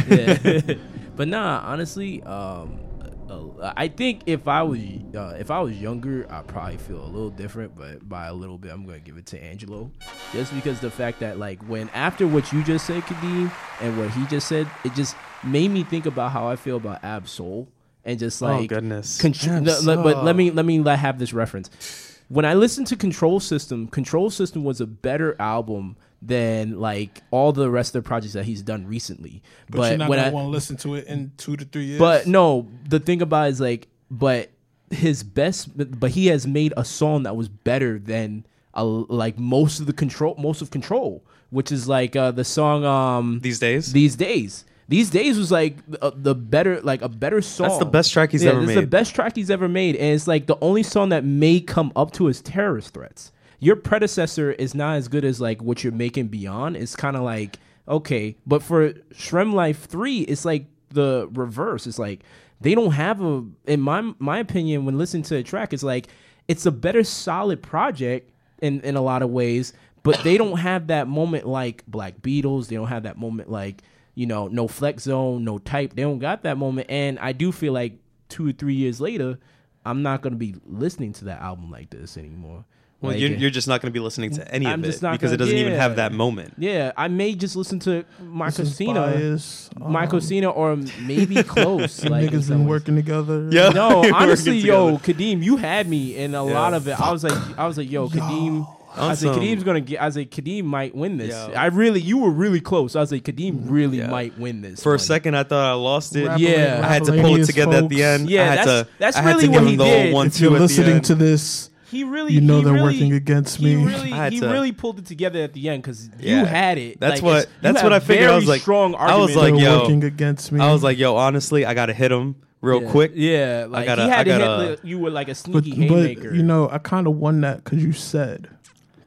B: Yeah. but nah, honestly, um, uh, I think if I was uh, if I was younger, I probably feel a little different. But by a little bit, I'm gonna give it to Angelo, just because the fact that like when after what you just said, Kadeem, and what he just said, it just made me think about how I feel about Ab Soul and just like
D: Oh, goodness.
B: Contr-
D: Ab
B: no, le- but
D: Soul.
B: let me let me let- have this reference. When I listened to Control System, Control System was a better album than like all the rest of the projects that he's done recently.
C: but, you're
B: But,
C: not
B: when
C: gonna
B: I
C: want to listen to it in two to three years.
B: but no, the thing about it is like but his best but he has made a song that was better than a, like most of the control most of control, which is like uh, the song um
D: These days?
B: these days. These days was like uh, the better, like a better song.
D: the best track he's
B: yeah,
D: ever
B: it's The
D: made.
B: best track he's ever made, and it's like the only song that may come up to his terrorist threats. Your predecessor is not as good as like what you're making beyond. It's kind of like okay, but for Shrem Life Three, it's like the reverse. It's like they don't have a, in my my opinion, when listening to a track, it's like it's a better solid project in in a lot of ways, but they don't have that moment like Black Beatles. They don't have that moment like you know no flex zone, no type. They don't got that moment, and I do feel like two or three years later, I'm not gonna be listening to that album like this anymore.
D: Well,
B: Like,
D: you're, you're just not going to be listening to any
B: I'm
D: of it
B: just not
D: because it
B: gonna-
D: doesn't even
B: yeah.
D: have that moment.
B: yeah, I may just listen to my
C: This is
B: Cosina,
C: bias. Um,
B: my Cosina, or maybe close.
C: you
B: like in
C: niggas
B: some
C: been
B: ways.
C: working together.
D: Yeah.
B: No,
D: We're
B: honestly,
D: working
B: yo,
D: together.
B: Kadeem, you had me in a lot of it. I was like, I was like, yo, Kadeem. I said
D: Awesome.
B: Kadeem's gonna get. I said Kadeem might win this.
D: Yo.
B: I really, you were really close. I was like Kadeem really might win this
D: For
B: one.
D: a second, I thought I lost it.
C: Rapper-
B: Yeah.
D: I had to pull it
C: Rappalabians,
D: together at the
C: folks.
D: end.
B: Yeah,
D: I had
B: that's-
D: to,
B: that's
D: I had
B: really
D: to
B: what
D: give
B: he
D: him the
B: did.
D: Whole one,
C: If you're
D: two at the
C: listening
D: end.
C: to this,
B: He really,
C: You know
B: he
C: they're
B: really-
C: working against
B: he
C: me.
B: Really,
D: I had
B: he
D: to-
B: really pulled it together at the end because you
D: Yeah.
B: had it. Like,
D: That's what-
B: it's- you
D: that's
B: had
D: what I
B: a
D: figured. I
B: very
D: was like-
B: strong
D: I
B: argument.
D: was like,
C: they're
D: yo,
C: working against me.
D: I was like, yo, honestly, I got to hit him real
B: Yeah.
D: quick.
B: Yeah, like
D: gotta-
B: he had
D: I
B: to
D: gotta-
B: hit the, you were like a
C: but,
B: sneaky
C: but
B: haymaker.
C: you know, I kind of won that because you said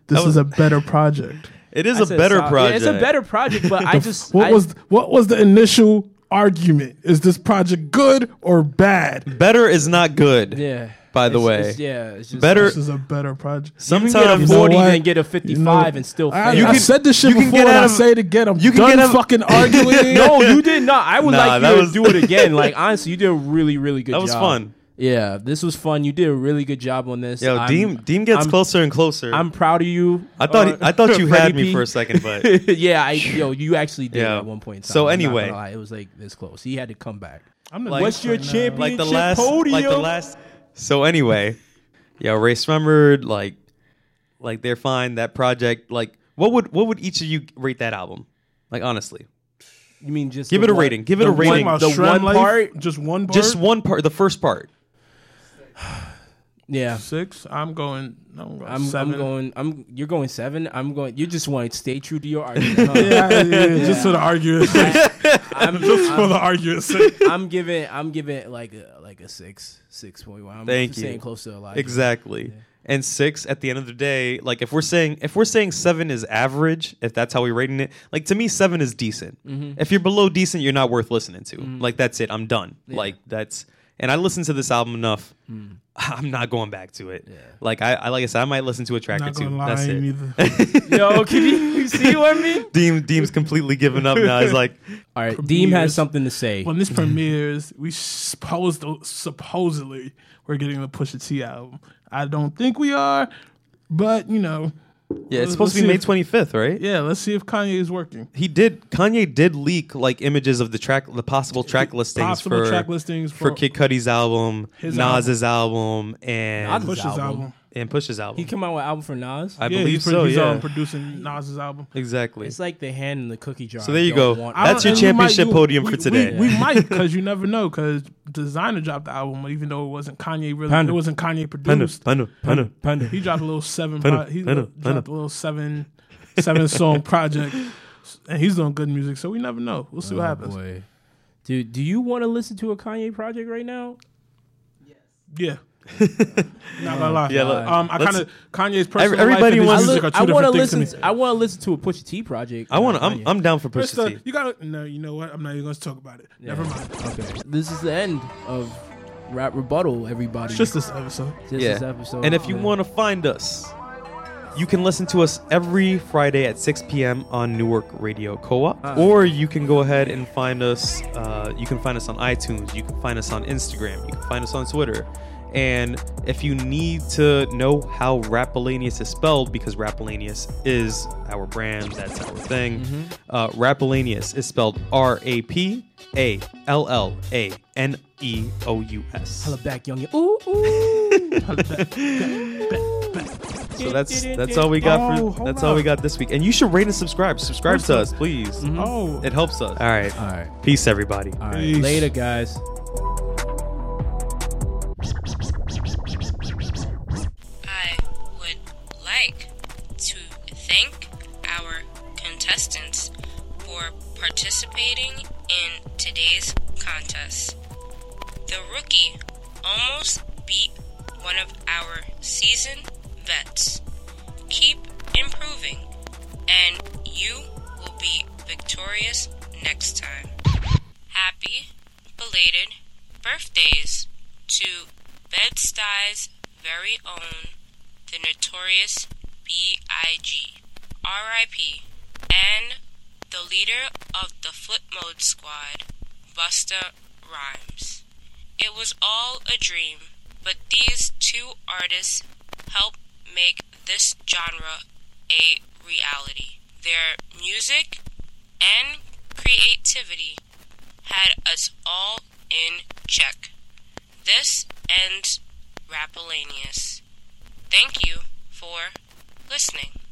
C: this
D: was-
C: is a better project.
D: It is
B: I
D: a
B: said,
D: better
B: "Stop."
D: project.
B: Yeah, it's a better project, but I just
C: What
B: I-
C: was what was the initial argument? Is this project good or bad?
D: Better is not good.
B: yeah.
D: By the
B: It's-
D: way,
B: it's- yeah, it's just
D: Better-
C: This is a better project.
D: sometimes
B: You can get a
C: know
B: 40
C: what?
B: and get a 55 and still
C: I,
B: fail.
C: I
D: can-
C: said this shit
D: you can
C: before,
D: get
C: and
D: out
C: I
D: of-
C: say it again. I'm
D: you can
C: done
D: get out of-
C: fucking arguing.
B: no, you did not. I would
D: Nah,
B: like
D: that
B: you
D: was-
B: to do it again. Like honestly, you did a really, really good.
D: That was
B: job.
D: fun.
B: Yeah, this was fun. You did a really good job on this.
D: Yo,
B: I'm-
D: Deem Deem gets
B: I'm-
D: closer and closer.
B: I'm proud of you.
D: I thought
B: uh,
D: I thought you had
B: Freddie
D: me
B: P.
D: for a second, but
B: yeah, I, yo, you actually did
D: Yeah.
B: at one point. In time.
D: So
B: I'm not
D: anyway.
B: gonna lie, it was like this close. He had to come back.
C: I'm the
D: Like-
C: least
B: What's your
C: right now.
B: champion?
D: like the
B: Championship
D: last, like the
B: podium.
D: last. So anyway, yo, Race remembered like, like they're fine. That project, like, what would what would each of you rate that album? Like honestly,
B: You mean just
D: Give
B: the
D: it a
B: one-
D: rating. Give it
B: the
D: a
B: one-
D: rating.
B: The one
C: Shroud Life?
B: part.
C: just one part,
D: just one part, the first part.
B: Yeah.
C: six. I'm going. I'm going
B: I'm, I'm
C: seven.
B: going. I'm. You're going seven. I'm going. You just want to stay true to your argument.
C: yeah, yeah, yeah, just for the argument,
B: I'm,
C: just for the argument. sake.
B: I'm giving I'm giving it like a like a six six point one. I'm
D: Thank
B: staying
D: you.
B: close to a lot.
D: Exactly. and six at the end of the day like if we're saying if we're saying seven is average if that's how we're rating it like to me seven is decent if you're below decent you're not worth listening to like that's it i'm done like that's and i listened to this album enough i'm not going back to it like I, I like i said i might listen to a track or
C: Not
D: two
C: gonna lie,
D: that's
C: I ain't
D: it
C: either.
B: Yo, can you, you see what I mean?
D: Deem, Deem's completely given up now. He's like,
B: All right, Deem has
C: Premieres.
B: something to say.
C: When this premieres, we supposed supposedly we're getting the Pusha T album. I don't think we are, but you know,
D: yeah, it's
C: Let's
D: supposed to be
C: see
D: May
C: if-
D: 25th, right?
C: yeah. Let's see if Kanye is working.
D: He did. Kanye did leak like images of the track, the possible track listings
C: Possible
D: for
C: track listings
D: for,
C: for-
D: Kid Cudi's album,
C: His
D: Nas's album, and
B: Nas'
C: Pusha's
B: album.
C: album.
D: and Push's album.
B: He came out with an album for Nas.
D: I
C: Yeah,
D: believe
C: he's, pro-
D: so.
C: he's
D: yeah,
C: um, producing Nas's album.
D: exactly.
B: it's like the hand in the cookie jar.
D: So there you
B: Don't
D: go.
B: want-
C: I
D: That's
C: don't-
D: your
C: and we might
D: championship
C: do-
D: podium
C: we-
D: for today.
C: We, we might, because you never know, because Designer dropped the album, even though it wasn't Kanye really.
B: Panda.
C: It wasn't Kanye
D: Panda,
C: produced.
D: panda, panda.
B: Panda.
C: He dropped a little seven.
D: Panda,
C: Pro- he
D: Panda,
C: dropped
D: Panda.
C: a little seven, seven song project, and he's doing good music. So we never know. We'll see what happens.
B: Boy. Dude, do you want to listen to a Kanye project right now?
C: Yeah. Not gonna lie.
D: Yeah, look,
C: um, I
D: let's-
C: kind of Kanye's personal
D: everybody
C: everybody life and
D: wants-
C: his
D: I
C: music
B: look-
C: are two
B: wanna
C: different things
B: listen.
C: to me.
B: I want to listen to a Pusha T project.
D: I want to.
B: Not
D: I'm,
B: Kanye.
D: I'm down for Pusha T.
C: Krista, you gotta no. You know what? I'm not even going to talk about it. Never mind.
B: Okay. This is the end of rap rebuttal. Everybody.
C: It's just this episode.
B: Just this episode.
D: And if you
B: Yeah.
D: want to find us, you can listen to us every Friday at 6 p.m. on Newark Radio Co-op,
B: Uh.
D: or you can go ahead and find us. Uh, you can find us on iTunes. You can find us on Instagram. You can find us on Twitter. And if you need to know how Rapalanius is spelled, because Rapalanius is our brand, that's our thing.
B: Mm-hmm.
D: Uh, Rapalanius is spelled E R-A-P-A-L-L-A-N-E-O-U-S.
B: Holla back, young. Ooh, ooh.
D: So that's that's all we got
C: Oh,
D: for
C: hold
D: that's all we
C: up.
D: got this week. And you should rate and subscribe. Subscribe to us, please.
C: Oh,
D: It helps us. All right.
B: All right.
D: Peace everybody.
B: All right.
C: Peace.
B: Later, guys.
A: I would like to thank our contestants for participating in today's contest. The rookie almost beat one of our seasoned vets. Keep improving, and you will be victorious next time. Happy belated birthdays to Bed-Stuy's very own, the notorious B.I.G. R.I.P. and the leader of the Flip Mode Squad, Busta Rhymes. It was all a dream, but these two artists helped make this genre a reality. Their music and creativity had us all in check. This ends Rapalanius. Thank you for listening.